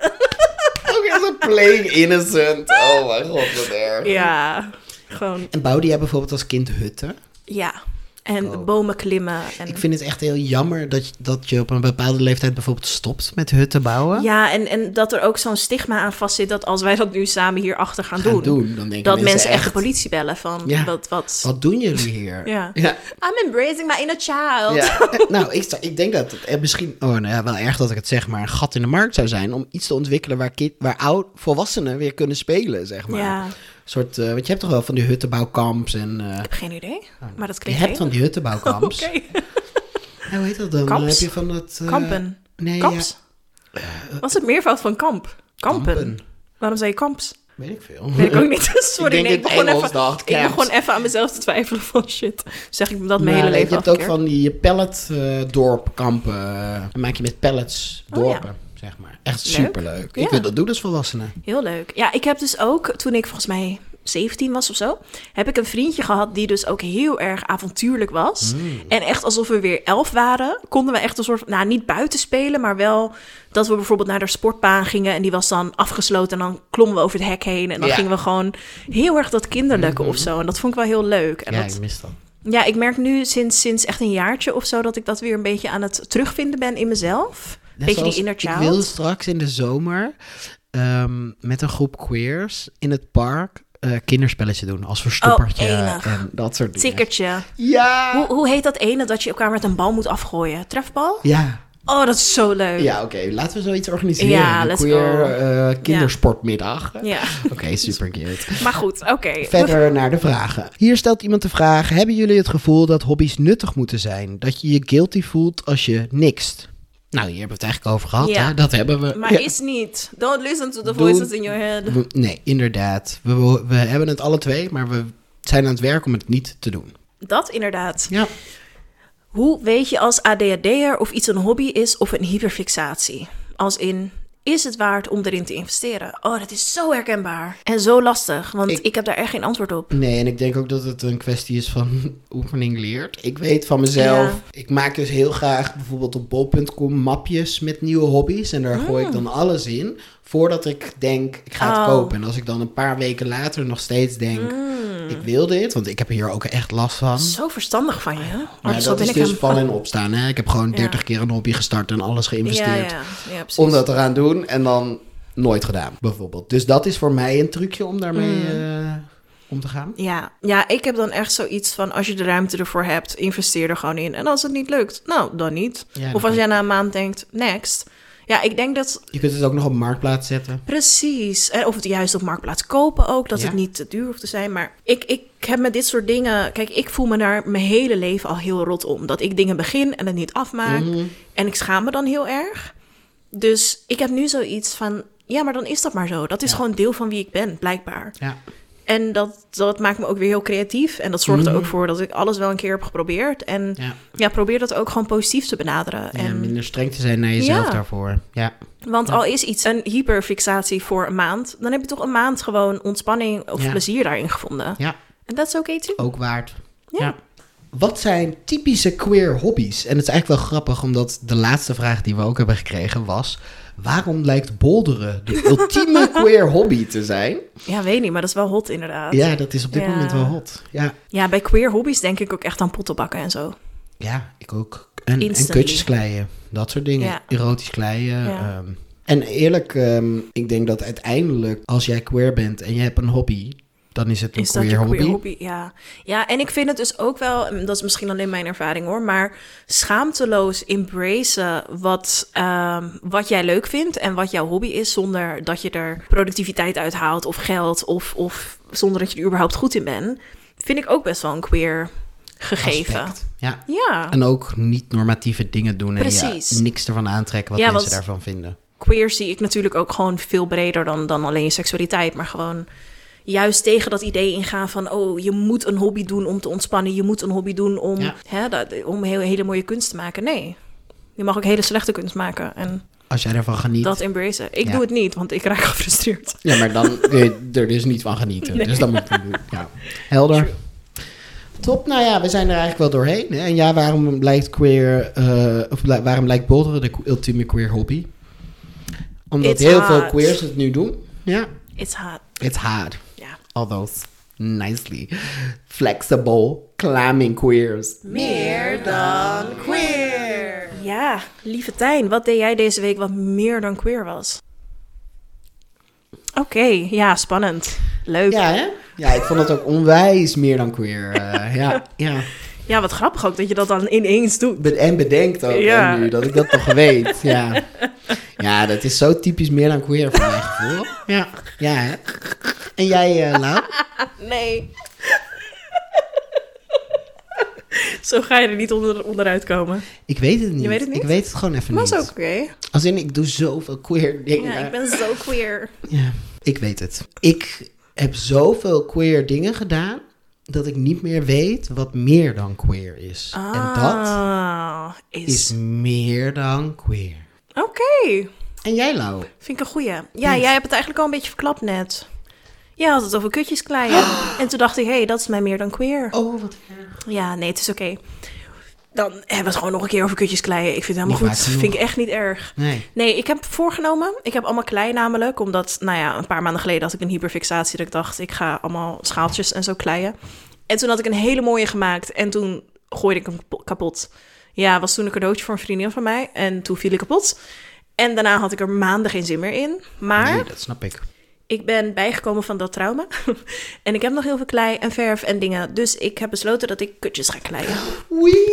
Speaker 1: Ook als een playing innocent. Oh mijn god, wat erg.
Speaker 2: ja, gewoon...
Speaker 1: En bouwde jij bijvoorbeeld als kind hutten?
Speaker 2: Ja. En bomen klimmen. En...
Speaker 1: Ik vind het echt heel jammer dat je, dat je op een bepaalde leeftijd bijvoorbeeld stopt met hutten bouwen.
Speaker 2: Ja, en, en dat er ook zo'n stigma aan vast zit dat als wij dat nu samen hierachter gaan,
Speaker 1: Gaan
Speaker 2: doen,
Speaker 1: doen, dan denken
Speaker 2: dat
Speaker 1: mensen
Speaker 2: mensen echt de
Speaker 1: echt-
Speaker 2: politie bellen van
Speaker 1: Ja.
Speaker 2: wat, wat.
Speaker 1: Wat doen jullie hier?
Speaker 2: Ja.
Speaker 1: ja.
Speaker 2: I'm embracing my inner child.
Speaker 1: Ja, nou, ik, sta- ik denk dat het eh, misschien, oh, nou ja, wel erg dat ik het zeg, maar een gat in de markt zou zijn om iets te ontwikkelen waar, kind, waar oud, volwassenen weer kunnen spelen, zeg maar.
Speaker 2: Ja.
Speaker 1: Een Soort, eh, want je hebt toch wel van die huttenbouwkamps en... eh,
Speaker 2: Ik heb geen idee, maar dat
Speaker 1: je
Speaker 2: klinkt
Speaker 1: hebt van die
Speaker 2: heel-
Speaker 1: huttenbouwkamps.
Speaker 2: Oké.
Speaker 1: Ja, hoe heet dat dan? Dan
Speaker 2: Kamps?
Speaker 1: heb je van dat... eh,
Speaker 2: Kampen.
Speaker 1: Nee,
Speaker 2: Kamps? Was het meervoud van kamp? Kampen.
Speaker 1: Eh, Kampen.
Speaker 2: Waarom zei je kamps?
Speaker 1: ja, weet ik veel.
Speaker 2: Weet ik ook niet. Sorry,
Speaker 1: Ik denk
Speaker 2: nee, ik
Speaker 1: dat ik
Speaker 2: begon,
Speaker 1: Engels
Speaker 2: even,
Speaker 1: dacht,
Speaker 2: ik
Speaker 1: camps.
Speaker 2: begon even aan mezelf te twijfelen van shit. Zeg ik dat mijn
Speaker 1: Maar
Speaker 2: hele
Speaker 1: Nou,
Speaker 2: leven
Speaker 1: Je hebt ook
Speaker 2: afgekeerd?
Speaker 1: van die palletdorpkampen. eh, dan maak je met pallets
Speaker 2: Oh, ja.
Speaker 1: dorpen, zeg maar. Echt
Speaker 2: Leuk.
Speaker 1: superleuk.
Speaker 2: Ja.
Speaker 1: Ik wil dat doen als volwassene.
Speaker 2: Heel leuk. Ja, ik heb dus ook, toen ik volgens mij 17 was of zo, heb ik een vriendje gehad die dus ook heel erg avontuurlijk was.
Speaker 1: Hmm.
Speaker 2: En echt alsof we weer elf waren, konden we echt een soort, van- nou niet buiten spelen, maar wel dat we bijvoorbeeld naar de sportbaan gingen en die was dan afgesloten en dan klommen we over het hek heen en dan
Speaker 1: Ja. Hmm.
Speaker 2: gingen we gewoon heel erg dat kinderlijke of zo. En dat vond ik wel heel leuk. En
Speaker 1: ja,
Speaker 2: dat,
Speaker 1: ik mis dat.
Speaker 2: ja, ik merk nu sinds, sinds echt een jaartje of zo dat ik dat weer een beetje aan het terugvinden ben in mezelf.
Speaker 1: Net
Speaker 2: beetje die
Speaker 1: zoals
Speaker 2: inner child.
Speaker 1: Ik wil straks in de zomer ehm, met een groep queers in het park eh kinderspelletje doen. Als verstoppertje
Speaker 2: Oh, enig.
Speaker 1: en dat soort dingen.
Speaker 2: Tikkertje.
Speaker 1: Ja!
Speaker 2: Hoe, hoe heet dat ene dat je elkaar met een bal moet afgooien? Trefbal?
Speaker 1: Ja,
Speaker 2: Oh, dat is zo leuk.
Speaker 1: ja oké. Laten we zoiets organiseren.
Speaker 2: Ja,
Speaker 1: een
Speaker 2: let's
Speaker 1: queer
Speaker 2: go.
Speaker 1: eh, kindersportmiddag.
Speaker 2: Ja.
Speaker 1: Oké, super cute.
Speaker 2: Maar goed, oké.
Speaker 1: Verder naar de vragen. Hier stelt iemand de vraag: Hebben jullie het gevoel dat hobby's nuttig moeten zijn? Dat je je guilty voelt als je nikst? Nou, hier hebben we het eigenlijk over gehad.
Speaker 2: Ja.
Speaker 1: Hè? Dat hebben we.
Speaker 2: Maar
Speaker 1: Ja.
Speaker 2: is niet. Don't listen to the
Speaker 1: Doe-
Speaker 2: voices in your head.
Speaker 1: We- nee, inderdaad. We, we, we hebben het alle twee, maar we zijn aan het werk om het niet te doen.
Speaker 2: Dat inderdaad.
Speaker 1: Ja.
Speaker 2: Hoe weet je als ADHD'er of iets een hobby is of een hyperfixatie? Als in, is het waard om erin te investeren? Oh, dat is zo herkenbaar. En zo lastig, want ik,
Speaker 1: Ik-
Speaker 2: heb daar echt geen antwoord op.
Speaker 1: Nee, en ik denk ook dat het een kwestie is van oefening leert. Ik weet van mezelf.
Speaker 2: Ja.
Speaker 1: Ik maak dus heel graag bijvoorbeeld op bol.com mapjes met nieuwe hobby's. En daar gooi ik dan alles in. Voordat ik denk, ik ga het
Speaker 2: Mm. Oh.
Speaker 1: kopen. En als ik dan een paar weken later nog steeds denk,
Speaker 2: Mm.
Speaker 1: ik wil dit. Want ik heb hier ook echt last van.
Speaker 2: Zo verstandig van je.
Speaker 1: Maar
Speaker 2: Anders
Speaker 1: dat
Speaker 2: ben
Speaker 1: is
Speaker 2: oh, ik
Speaker 1: dus
Speaker 2: hem-
Speaker 1: vallen en opstaan. Hè? Ik heb gewoon 30 keer een hobby gestart en alles
Speaker 2: ja,
Speaker 1: geïnvesteerd.
Speaker 2: ja, ja, precies.
Speaker 1: om dat eraan doen en dan nooit gedaan, bijvoorbeeld. Dus dat is voor mij een trucje om daarmee
Speaker 2: Mm.
Speaker 1: eh, om te gaan.
Speaker 2: Ja. ja, ik heb dan echt zoiets van: als je de ruimte ervoor hebt, investeer er gewoon in. En als het niet lukt, nou dan niet.
Speaker 1: Ja, dat
Speaker 2: of als
Speaker 1: kan.
Speaker 2: jij na een maand denkt: next. Ja, ik denk dat
Speaker 1: Je kunt het ook nog op marktplaats zetten.
Speaker 2: precies. En of het juist op marktplaats kopen ook, dat
Speaker 1: Ja.
Speaker 2: het niet te duur hoeft te zijn. Maar ik, ik heb met dit soort dingen. Kijk, ik voel me daar mijn hele leven al heel rot om. Dat ik dingen begin en het niet afmaak. En ik schaam me dan heel erg. Dus ik heb nu zoiets van: ja, maar dan is dat maar zo. Dat is
Speaker 1: Ja.
Speaker 2: gewoon deel van wie ik ben, blijkbaar.
Speaker 1: Ja.
Speaker 2: En dat, dat maakt me ook weer heel creatief. En dat zorgt er ook voor dat ik alles wel een keer heb geprobeerd. En ja,
Speaker 1: Mm. Ja.
Speaker 2: probeer dat ook gewoon positief te benaderen.
Speaker 1: Ja,
Speaker 2: en,
Speaker 1: minder streng te zijn naar jezelf
Speaker 2: Ja.
Speaker 1: daarvoor. Ja.
Speaker 2: want al is iets een hyperfixatie voor een maand, dan heb je toch een maand gewoon ontspanning of
Speaker 1: Ja.
Speaker 2: plezier daarin gevonden.
Speaker 1: ja, Oh.
Speaker 2: En dat is oké too.
Speaker 1: ook waard.
Speaker 2: Ja.
Speaker 1: Wat zijn typische queer hobby's? En het is eigenlijk wel grappig, omdat de laatste vraag die we ook hebben gekregen was... Waarom lijkt bolderen de ultieme queer hobby te zijn?
Speaker 2: Ja, weet niet, maar dat is wel hot inderdaad. Ja,
Speaker 1: Ja, dat is op dit
Speaker 2: Ja.
Speaker 1: moment wel hot. Ja,
Speaker 2: bij queer hobby's denk ik ook echt aan pottenbakken en zo.
Speaker 1: ja ik ook. En, en
Speaker 2: Instantly.
Speaker 1: kutjes kleien, dat soort dingen.
Speaker 2: Ja.
Speaker 1: Erotisch kleien.
Speaker 2: Ja.
Speaker 1: ehm. En eerlijk, ehm, ik denk dat uiteindelijk als jij queer bent en je hebt een hobby... dan is het een
Speaker 2: Is dat
Speaker 1: queer,
Speaker 2: je
Speaker 1: hobby.
Speaker 2: queer hobby? Ja. ja, en ik vind het dus ook wel, en dat is misschien alleen mijn ervaring hoor, maar schaamteloos embracen wat, ehm, wat jij leuk vindt en wat jouw hobby is, zonder dat je er productiviteit uit haalt of geld of, of zonder dat je er überhaupt goed in bent, vind ik ook best wel een queer gegeven.
Speaker 1: Aspect. Ja.
Speaker 2: Ja,
Speaker 1: En ook niet normatieve dingen doen en ja,
Speaker 2: Precies.
Speaker 1: niks ervan aantrekken wat
Speaker 2: Ja,
Speaker 1: mensen
Speaker 2: want-
Speaker 1: daarvan vinden.
Speaker 2: queer zie ik natuurlijk ook gewoon veel breder dan, dan alleen je seksualiteit, maar gewoon juist tegen dat idee ingaan van oh je moet een hobby doen om te ontspannen, je moet een hobby doen om,
Speaker 1: Ja.
Speaker 2: hè, dat, om heel, hele mooie kunst te maken. Nee, je mag ook hele slechte kunst maken en
Speaker 1: Als jij ervan geniet.
Speaker 2: dat embracen. Ik
Speaker 1: Ja.
Speaker 2: doe het niet, want ik raak gefrustreerd.
Speaker 1: Ja, maar dan kun je er dus niet van genieten. Dus dan moet je, ja. Helder. Top, nou ja, we zijn er eigenlijk wel doorheen. hè. En ja, waarom lijkt queer, eh, of li- waarom lijkt boulderen de ultieme queer hobby? Omdat
Speaker 2: It's
Speaker 1: heel
Speaker 2: hard.
Speaker 1: veel queers het nu doen. Ja,
Speaker 2: It's hot.
Speaker 1: it's hard.
Speaker 2: Ja.
Speaker 1: All those nicely flexible climbing queers.
Speaker 2: Ja, lieve Tijn, wat deed jij deze week wat meer dan queer was? Oké, ja, spannend. Leuk. Ja.
Speaker 1: Ja, hè? Ja, ik vond het ook onwijs meer dan queer. eh, ja, ja.
Speaker 2: wat grappig ook dat je dat dan ineens doet.
Speaker 1: Be- en bedenkt ook
Speaker 2: Ja.
Speaker 1: hè, nu dat ik dat toch weet. Ja. ja, dat is zo typisch meer dan queer voor mijn gevoel. Ja, ja hè? En jij, eh Lau?
Speaker 2: Nee. Zo ga je er niet onder, onderuit komen.
Speaker 1: Ik weet het niet.
Speaker 2: weet het
Speaker 1: Ik
Speaker 2: niet?
Speaker 1: weet het gewoon even
Speaker 2: Was
Speaker 1: niet.
Speaker 2: ook oké.
Speaker 1: Als in, ik doe zoveel queer dingen.
Speaker 2: Ja, ik ben zo queer.
Speaker 1: Ja, ik weet het. Ik heb zoveel queer dingen gedaan dat ik niet meer weet wat meer dan queer is. En dat
Speaker 2: Ah, is...
Speaker 1: is meer dan queer.
Speaker 2: Oké.
Speaker 1: En jij, Lau?
Speaker 2: Vind ik een goeie. Ja, jij hebt het eigenlijk al een beetje verklapt net. Jij had het over kutjes kleien. En toen dacht ik, hé, hey, dat is mij meer dan queer.
Speaker 1: Oh, wat erg.
Speaker 2: Ja, nee, het is oké. Dan hebben we het gewoon nog een keer over kutjes kleien. Ik vind het helemaal
Speaker 1: Niet vaak
Speaker 2: goed.
Speaker 1: genoeg.
Speaker 2: Vind ik echt niet erg.
Speaker 1: Nee.
Speaker 2: Nee, ik heb voorgenomen. Ik heb allemaal klei namelijk. Omdat, nou ja, een paar maanden geleden had ik een hyperfixatie. Dat ik dacht, ik ga allemaal schaaltjes en zo kleien. En toen had ik een hele mooie gemaakt. En toen gooide ik hem kapo- kapot. Ja, was toen een cadeautje voor een vriendin van mij. En toen viel ik kapot. En daarna had ik er maanden geen zin meer in. Maar
Speaker 1: nee, dat snap ik.
Speaker 2: ik ben bijgekomen van dat trauma. en ik heb nog heel veel klei en verf en dingen. Dus ik heb besloten dat ik kutjes ga kleien.
Speaker 1: Wee!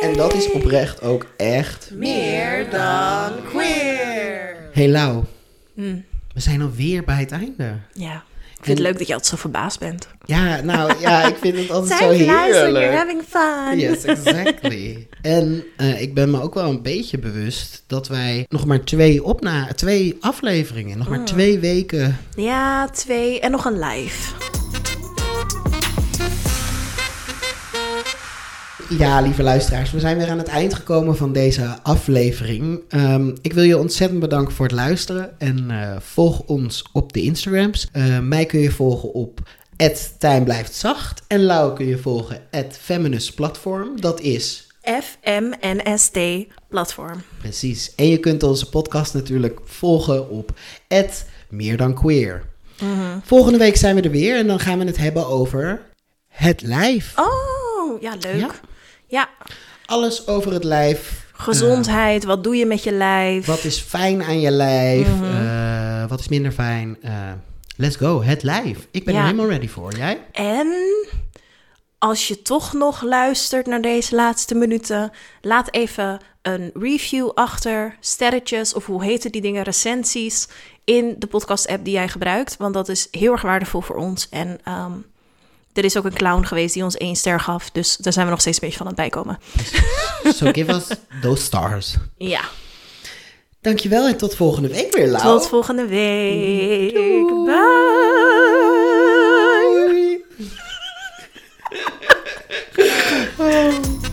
Speaker 1: En dat is oprecht ook echt.
Speaker 2: Meer dan queer.
Speaker 1: Hey Lau, we zijn alweer bij het einde.
Speaker 2: Ja, ik vind het leuk dat je altijd zo verbaasd bent.
Speaker 1: Ja, nou ja, ik vind het altijd zo
Speaker 2: Time flies when you're
Speaker 1: heerlijk.
Speaker 2: having fun.
Speaker 1: Yes, exactly. en eh, ik ben me ook wel een beetje bewust dat wij nog maar twee, opna twee afleveringen, nog maar twee weken.
Speaker 2: Ja, twee en nog een live.
Speaker 1: Ja, lieve luisteraars, we zijn weer aan het eind gekomen van deze aflevering. Ehm, ik wil je ontzettend bedanken voor het luisteren en eh, volg ons op de Instagrams. Eh, mij kun je volgen op Tijn blijft zacht. En Lau kun je volgen at Feminist Platform. Dat is
Speaker 2: FMNST platform.
Speaker 1: precies. En je kunt onze podcast natuurlijk volgen op at Meer dan Queer. Volgende week zijn we er weer en dan gaan we het hebben over het lijf.
Speaker 2: Oh, ja, leuk.
Speaker 1: Ja.
Speaker 2: Ja,
Speaker 1: Alles over het lijf.
Speaker 2: gezondheid. wat doe je met je lijf?
Speaker 1: Wat is fijn aan je lijf? Eh, wat is minder fijn? Eh, let's go, het lijf. Ik ben
Speaker 2: Ja.
Speaker 1: er helemaal ready voor. Jij?
Speaker 2: En als je toch nog luistert naar deze laatste minuten, laat even een review achter, sterretjes of hoe heten die dingen, recensies in de podcast-app die jij gebruikt, want dat is heel erg waardevol voor ons. En ehm, er is ook een clown geweest die ons één ster gaf, dus daar zijn we nog steeds een beetje van aan het bijkomen.
Speaker 1: So give us those stars.
Speaker 2: Ja,
Speaker 1: Dankjewel en tot volgende week weer, Lau.
Speaker 2: tot volgende week. Bye.
Speaker 1: Oh.